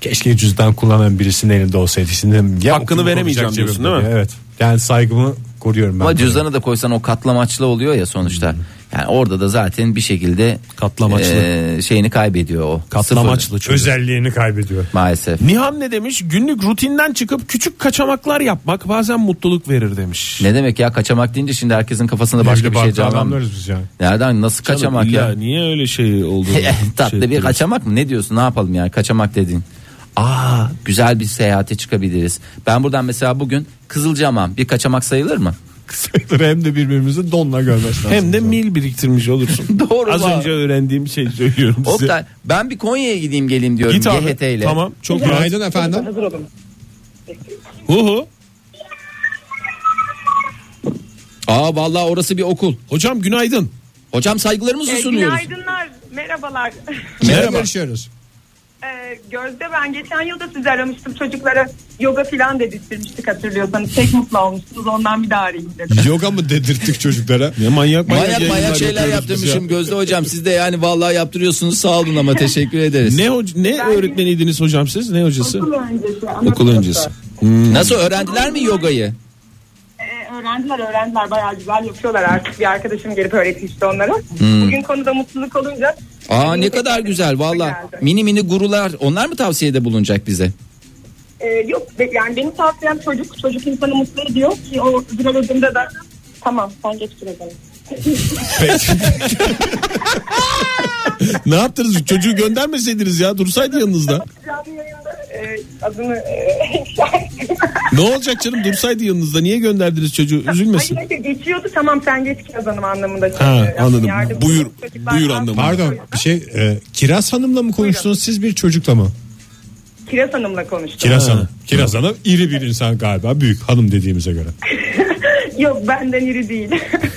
[SPEAKER 2] Keşke cüzdan kullanan birisinin elinde olsaydı. Şimdi ya
[SPEAKER 4] Hakkını
[SPEAKER 2] okulu
[SPEAKER 4] veremeyeceğim
[SPEAKER 2] koruyacak
[SPEAKER 4] diyorsun,
[SPEAKER 2] cebimde
[SPEAKER 4] değil mi?
[SPEAKER 2] diye. Evet. Yani saygımı koruyorum ben.
[SPEAKER 3] Ama cüzdanı da koysan o katlamaçlı oluyor ya sonuçta. Yani orada da zaten bir şekilde
[SPEAKER 4] Hmm. Katlamaçlı.
[SPEAKER 3] eee, şeyini kaybediyor o. Sıfır.
[SPEAKER 4] Katlamaçlı çocuk.
[SPEAKER 2] özelliğini kaybediyor.
[SPEAKER 3] Maalesef.
[SPEAKER 4] Nihan ne demiş? Günlük rutinden çıkıp küçük kaçamaklar yapmak bazen mutluluk verir demiş.
[SPEAKER 3] Ne demek ya kaçamak deyince şimdi herkesin kafasında başka bir şey canlanmıyor.
[SPEAKER 2] biz yani.
[SPEAKER 3] Nereden nasıl
[SPEAKER 4] Canım,
[SPEAKER 3] kaçamak
[SPEAKER 4] illa
[SPEAKER 3] ya?
[SPEAKER 4] Niye öyle şey oldu?
[SPEAKER 3] Tatlı bir kaçamak mı? Ne diyorsun? Ne yapalım yani kaçamak dediğin? Aa güzel bir seyahate çıkabiliriz. Ben buradan mesela bugün Kızılcahamam bir kaçamak sayılır mı?
[SPEAKER 2] Hem de birbirimizi donla görmesi lazım.
[SPEAKER 4] Hem de mil biriktirmiş olursun.
[SPEAKER 3] Doğru
[SPEAKER 4] Az
[SPEAKER 3] lan.
[SPEAKER 4] önce öğrendiğim şeyi söylüyorum size.
[SPEAKER 3] Oktay ben bir Konya'ya gideyim geleyim diyorum
[SPEAKER 4] Git abi.
[SPEAKER 3] GHT ile.
[SPEAKER 4] Tamam. Çok güzel.
[SPEAKER 2] Günaydın efendim.
[SPEAKER 4] Hu hu.
[SPEAKER 6] Aa vallahi orası bir okul.
[SPEAKER 4] Hocam günaydın.
[SPEAKER 6] Hocam saygılarımızı
[SPEAKER 8] Ee,
[SPEAKER 6] sunuyoruz.
[SPEAKER 8] Günaydınlar, merhabalar.
[SPEAKER 2] Merhaba. Görüşüyoruz.
[SPEAKER 8] Ee, Gözde ben geçen yıl da sizi aramıştım. Çocuklara yoga falan dedirtmiştik hatırlıyorsanız. Pek mutlu olmuştunuz ondan bir daha arayayım dedim.
[SPEAKER 2] Yoga mı dedirttik çocuklara?
[SPEAKER 4] Ne manyak manyak,
[SPEAKER 6] Manyak
[SPEAKER 4] yayınlar
[SPEAKER 6] manyak şeyler
[SPEAKER 4] yapıyoruz biz ya.
[SPEAKER 6] yaptırmışım Gözde hocam. Siz de yani vallahi yaptırıyorsunuz. Sağ olun ama teşekkür ederiz.
[SPEAKER 4] Ne hoc- ne öğretmeniydiniz hocam siz? Ne hocası?
[SPEAKER 8] Okul öncesi. ama
[SPEAKER 4] Okul öncesi.
[SPEAKER 6] Nasıl öğrendiler mi yogayı?
[SPEAKER 8] Ee, öğrendiler öğrendiler bayağı güzel yapıyorlar artık. Bir arkadaşım gelip öğretti işte onlara. Bugün konuda mutluluk olunca.
[SPEAKER 6] Hmm. Aa ne kadar güzel valla.
[SPEAKER 8] Geldi.
[SPEAKER 6] Mini mini gurular. Onlar mı tavsiyede bulunacak bize?
[SPEAKER 8] Ee, yok be- yani benim tavsiyem çocuk. Çocuk insanı mutlu ediyor ki o güzel adımda da tamam sen geç sürelim.
[SPEAKER 4] ne yaptınız? Çocuğu göndermeseydiniz ya. Dursaydı yanınızda.
[SPEAKER 8] Canlı yayında e, adını e,
[SPEAKER 4] Ne olacak canım? Dursaydı yanınızda. Niye gönderdiniz çocuğu? Üzülmesin.
[SPEAKER 8] Hayır, hayır, geçiyordu tamam sen geç Kiraz Hanım anlamında.
[SPEAKER 4] Ha,
[SPEAKER 8] Yani
[SPEAKER 4] anladım.
[SPEAKER 8] yardım-
[SPEAKER 4] Buyur.
[SPEAKER 8] Çocuklar-
[SPEAKER 4] Buyur anlamında.
[SPEAKER 2] Pardon bir şey e, Kiraz Hanım'la mı konuştunuz siz bir çocukla mı?
[SPEAKER 8] Kiraz Hanım'la konuştum.
[SPEAKER 2] Kiraz Hanım. Kiraz Hanım iri bir insan galiba büyük hanım dediğimize göre.
[SPEAKER 8] Yok benden iri değil.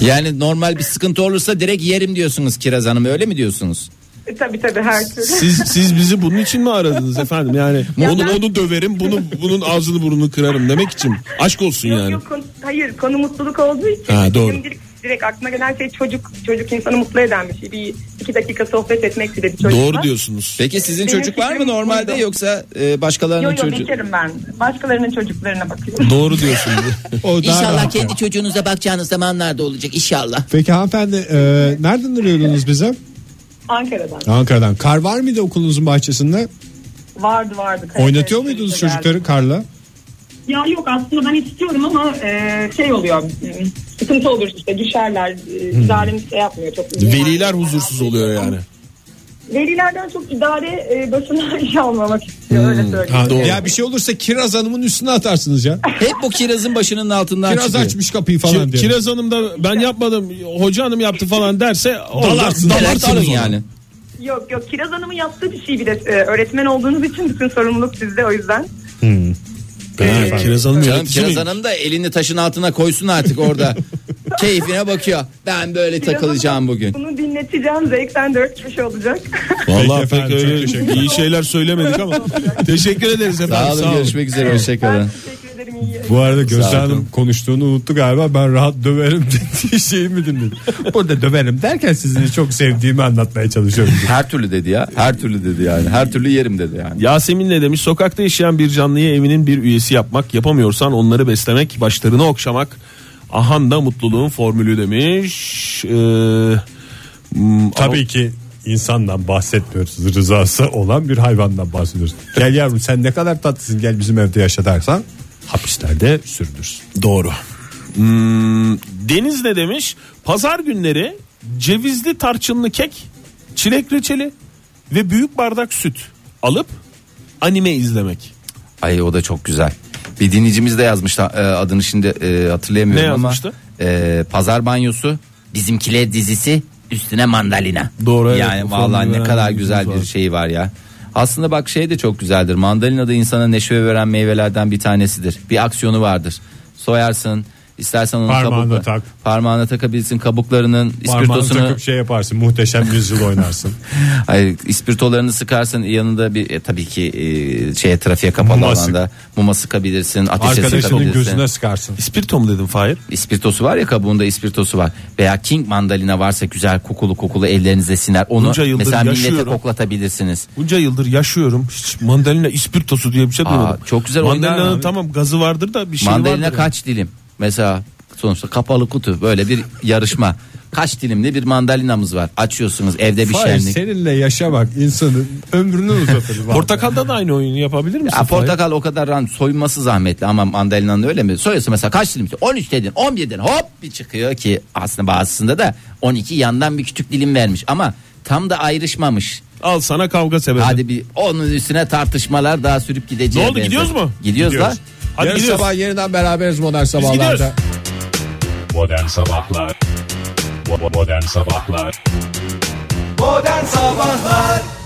[SPEAKER 6] Yani normal bir sıkıntı olursa direkt yerim diyorsunuz Kiraz Hanım öyle mi diyorsunuz?
[SPEAKER 8] E, tabii tabii her türlü.
[SPEAKER 4] Siz siz bizi bunun için mi aradınız efendim? Yani
[SPEAKER 8] Ya
[SPEAKER 4] onu
[SPEAKER 8] ben-
[SPEAKER 4] onu döverim, bunu bunun ağzını burnunu kırarım demek için. mi? Aşk olsun
[SPEAKER 8] Yok
[SPEAKER 4] yani.
[SPEAKER 8] yok konu- hayır konu mutluluk olduğu için.
[SPEAKER 4] Ha, doğru.
[SPEAKER 8] Benim direkt, direkt aklıma gelen şey çocuk. Çocuk insanı mutlu eden bir şey. Bir iki dakika sohbet etmek bile bir çocukla.
[SPEAKER 4] Doğru diyorsunuz.
[SPEAKER 6] Peki sizin
[SPEAKER 8] Benim
[SPEAKER 6] çocuk var mı
[SPEAKER 8] fikrim
[SPEAKER 6] normalde
[SPEAKER 8] buydu.
[SPEAKER 6] yoksa e, başkalarının
[SPEAKER 8] Yok yok
[SPEAKER 6] çocuğu?
[SPEAKER 8] bekarım ben. Başkalarının çocuklarına bakıyorum.
[SPEAKER 4] Doğru diyorsunuz.
[SPEAKER 2] O daha rahat yani.
[SPEAKER 6] çocuğunuza bakacağınız zamanlarda olacak inşallah.
[SPEAKER 2] Peki hanımefendi e, nereden arıyordunuz bize?
[SPEAKER 8] Ankara'dan.
[SPEAKER 2] Ankara'dan. Kar var mıydı okulunuzun bahçesinde?
[SPEAKER 8] Vardı vardı. Karakter
[SPEAKER 2] Oynatıyor muydunuz
[SPEAKER 8] çocukla
[SPEAKER 2] çocukları
[SPEAKER 8] geldi.
[SPEAKER 2] karla?
[SPEAKER 8] Ya yok aslında ben istiyorum ama e, şey oluyor. e, Sıkıntı olur işte düşerler. e, İdaremiz şey yapmıyor çok.
[SPEAKER 4] Veliler huzursuz oluyor yani.
[SPEAKER 8] Velilerden çok idare e, başına iş almamak istiyor öyle söyleyeyim.
[SPEAKER 2] Ha, Ya bir şey olursa Kiraz Hanım'ın üstüne atarsınız ya.
[SPEAKER 6] Hep bu kirazın başının altından
[SPEAKER 2] Kiraz
[SPEAKER 6] çıkıyor.
[SPEAKER 2] açmış kapıyı
[SPEAKER 4] Ki-
[SPEAKER 2] falan diye.
[SPEAKER 4] Kiraz Hanım da ben yapmadım, hoca hanım yaptı falan derse orada
[SPEAKER 2] Dalarsın.
[SPEAKER 6] Direkt alın
[SPEAKER 4] dalarsınız ona.
[SPEAKER 6] yani.
[SPEAKER 8] Yok yok Kiraz Hanım'ın yaptığı bir şey bir de e, öğretmen olduğunuz için bütün sorumluluk sizde o yüzden.
[SPEAKER 4] Ha, Kiraz Hanım
[SPEAKER 6] Canım
[SPEAKER 4] yönetici
[SPEAKER 6] Kiraz
[SPEAKER 4] miyim?
[SPEAKER 6] Hanım da elini taşın altına koysun artık orada. Keyfine bakıyor. Ben böyle
[SPEAKER 8] Kiraz
[SPEAKER 6] takılacağım
[SPEAKER 8] Hanım,
[SPEAKER 6] bugün.
[SPEAKER 8] Bunu dinleteceğim zevkten dört kişi olacak.
[SPEAKER 4] Vallahi
[SPEAKER 2] Peki
[SPEAKER 4] pek
[SPEAKER 2] efendim, çok
[SPEAKER 4] öyle
[SPEAKER 2] teşekkürler.
[SPEAKER 4] iyi şeyler söylemedik ama teşekkür ederiz efendim.
[SPEAKER 6] Sağ olun görüşmek üzere
[SPEAKER 8] ben
[SPEAKER 6] hoşçakalın.
[SPEAKER 8] teşekkür ederim.
[SPEAKER 2] Bu arada Gözde Hanım konuştuğunu unuttu galiba. Ben rahat döverim dediği şeyi mi dinledim? Burada döverim derken sizin çok sevdiğimi anlatmaya çalışıyorum.
[SPEAKER 3] Her türlü dedi ya. Her türlü dedi yani. Her türlü yerim dedi yani.
[SPEAKER 4] Yasemin ne demiş? Sokakta yaşayan bir canlıyı evinin bir üyesi yapmak, yapamıyorsan onları beslemek, başlarını okşamak. Ahan da mutluluğun formülü demiş. Ee, hmm,
[SPEAKER 2] Tabii ki insandan bahsetmiyoruz. Rızası olan bir hayvandan bahsediyoruz. Gel yavrum sen ne kadar tatlısın gel bizim evde yaşa dersen hapislerde sürünürsün.
[SPEAKER 4] Doğru. Hmm, Deniz ne demiş? Pazar günleri cevizli tarçınlı kek, çilek reçeli ve büyük bardak süt alıp anime izlemek.
[SPEAKER 3] Ay o da çok güzel. Bir dinleyicimiz de yazmıştı e, adını şimdi e, hatırlayamıyorum
[SPEAKER 4] Ne
[SPEAKER 3] ama.
[SPEAKER 4] yazmıştı?
[SPEAKER 3] E, Pazar banyosu bizimkiler dizisi üstüne mandalina.
[SPEAKER 4] Doğru, evet.
[SPEAKER 3] Yani
[SPEAKER 4] O
[SPEAKER 3] vallahi
[SPEAKER 4] formülü
[SPEAKER 3] ne kadar
[SPEAKER 4] veren
[SPEAKER 3] güzel
[SPEAKER 4] bizimiz
[SPEAKER 3] bir şey var ya. Aslında bak şey de çok güzeldir. Mandalina da insana neşve veren meyvelerden bir tanesidir. Bir aksiyonu vardır. Soyarsın istersen onu
[SPEAKER 2] Parmağına
[SPEAKER 3] kabukla-
[SPEAKER 2] tak.
[SPEAKER 3] parmağına takabilirsin kabuklarının
[SPEAKER 2] Parmağını
[SPEAKER 3] ispirtosunu
[SPEAKER 2] takıp şey yaparsın muhteşem yüzyıl oynarsın.
[SPEAKER 3] Hayır, ispirtolarını sıkarsın yanında bir e, tabii ki e, şeye trafiğe kapalı
[SPEAKER 2] Muma sık.
[SPEAKER 3] alanda muma sıkabilirsin, ateşe
[SPEAKER 2] Arkadaşının
[SPEAKER 3] sıkabilirsin.
[SPEAKER 2] gözüne sıkarsın.
[SPEAKER 4] İspirto mu dedim Fahir?
[SPEAKER 3] İspirtosu var ya kabuğunda ispirtosu var. Veya king mandalina varsa güzel kokulu kokulu ellerinize siner. Onu
[SPEAKER 4] Bunca yıldır
[SPEAKER 3] mesela millete
[SPEAKER 4] yaşıyorum.
[SPEAKER 3] koklatabilirsiniz.
[SPEAKER 4] Bunca yıldır yaşıyorum. Hiç mandalina ispirtosu diye bir şey
[SPEAKER 3] Aa,
[SPEAKER 4] duymadım.
[SPEAKER 3] çok güzel oynar
[SPEAKER 4] Mandalina'nın
[SPEAKER 3] abi.
[SPEAKER 4] tamam gazı vardır da bir şey vardır.
[SPEAKER 3] mandalina
[SPEAKER 4] yani.
[SPEAKER 3] kaç dilim? Mesela sonuçta kapalı kutu böyle bir yarışma. kaç dilimli bir mandalinamız var. Açıyorsunuz evde bir
[SPEAKER 2] Hayır
[SPEAKER 3] şenlik.
[SPEAKER 2] seninle yaşamak insanın ömrünü uzatır. vallahi.
[SPEAKER 4] Portakalda da aynı oyunu yapabilir misin?
[SPEAKER 3] Ya
[SPEAKER 4] Fahir?
[SPEAKER 3] portakal o kadar ran soyunması zahmetli ama mandalinanın öyle mi? Soyuyorsun mesela kaç dilim? 13 dedin 11 dedin hop bir çıkıyor ki aslında bazısında da 12 yandan bir küçük dilim vermiş ama tam da ayrışmamış.
[SPEAKER 4] Al sana kavga sebebi.
[SPEAKER 3] Hadi bir onun üstüne tartışmalar daha sürüp
[SPEAKER 4] Ne
[SPEAKER 3] gideceği
[SPEAKER 4] oldu
[SPEAKER 3] benzer.
[SPEAKER 4] gidiyoruz mu?
[SPEAKER 3] Gidiyoruz, da.
[SPEAKER 4] Hadi
[SPEAKER 2] Yarın
[SPEAKER 4] gidiyoruz.
[SPEAKER 2] sabah yeniden beraberiz modern sabahlarda.
[SPEAKER 4] gidiyoruz.
[SPEAKER 9] Modern Sabahlar Bo- Modern Sabahlar
[SPEAKER 1] Modern Sabahlar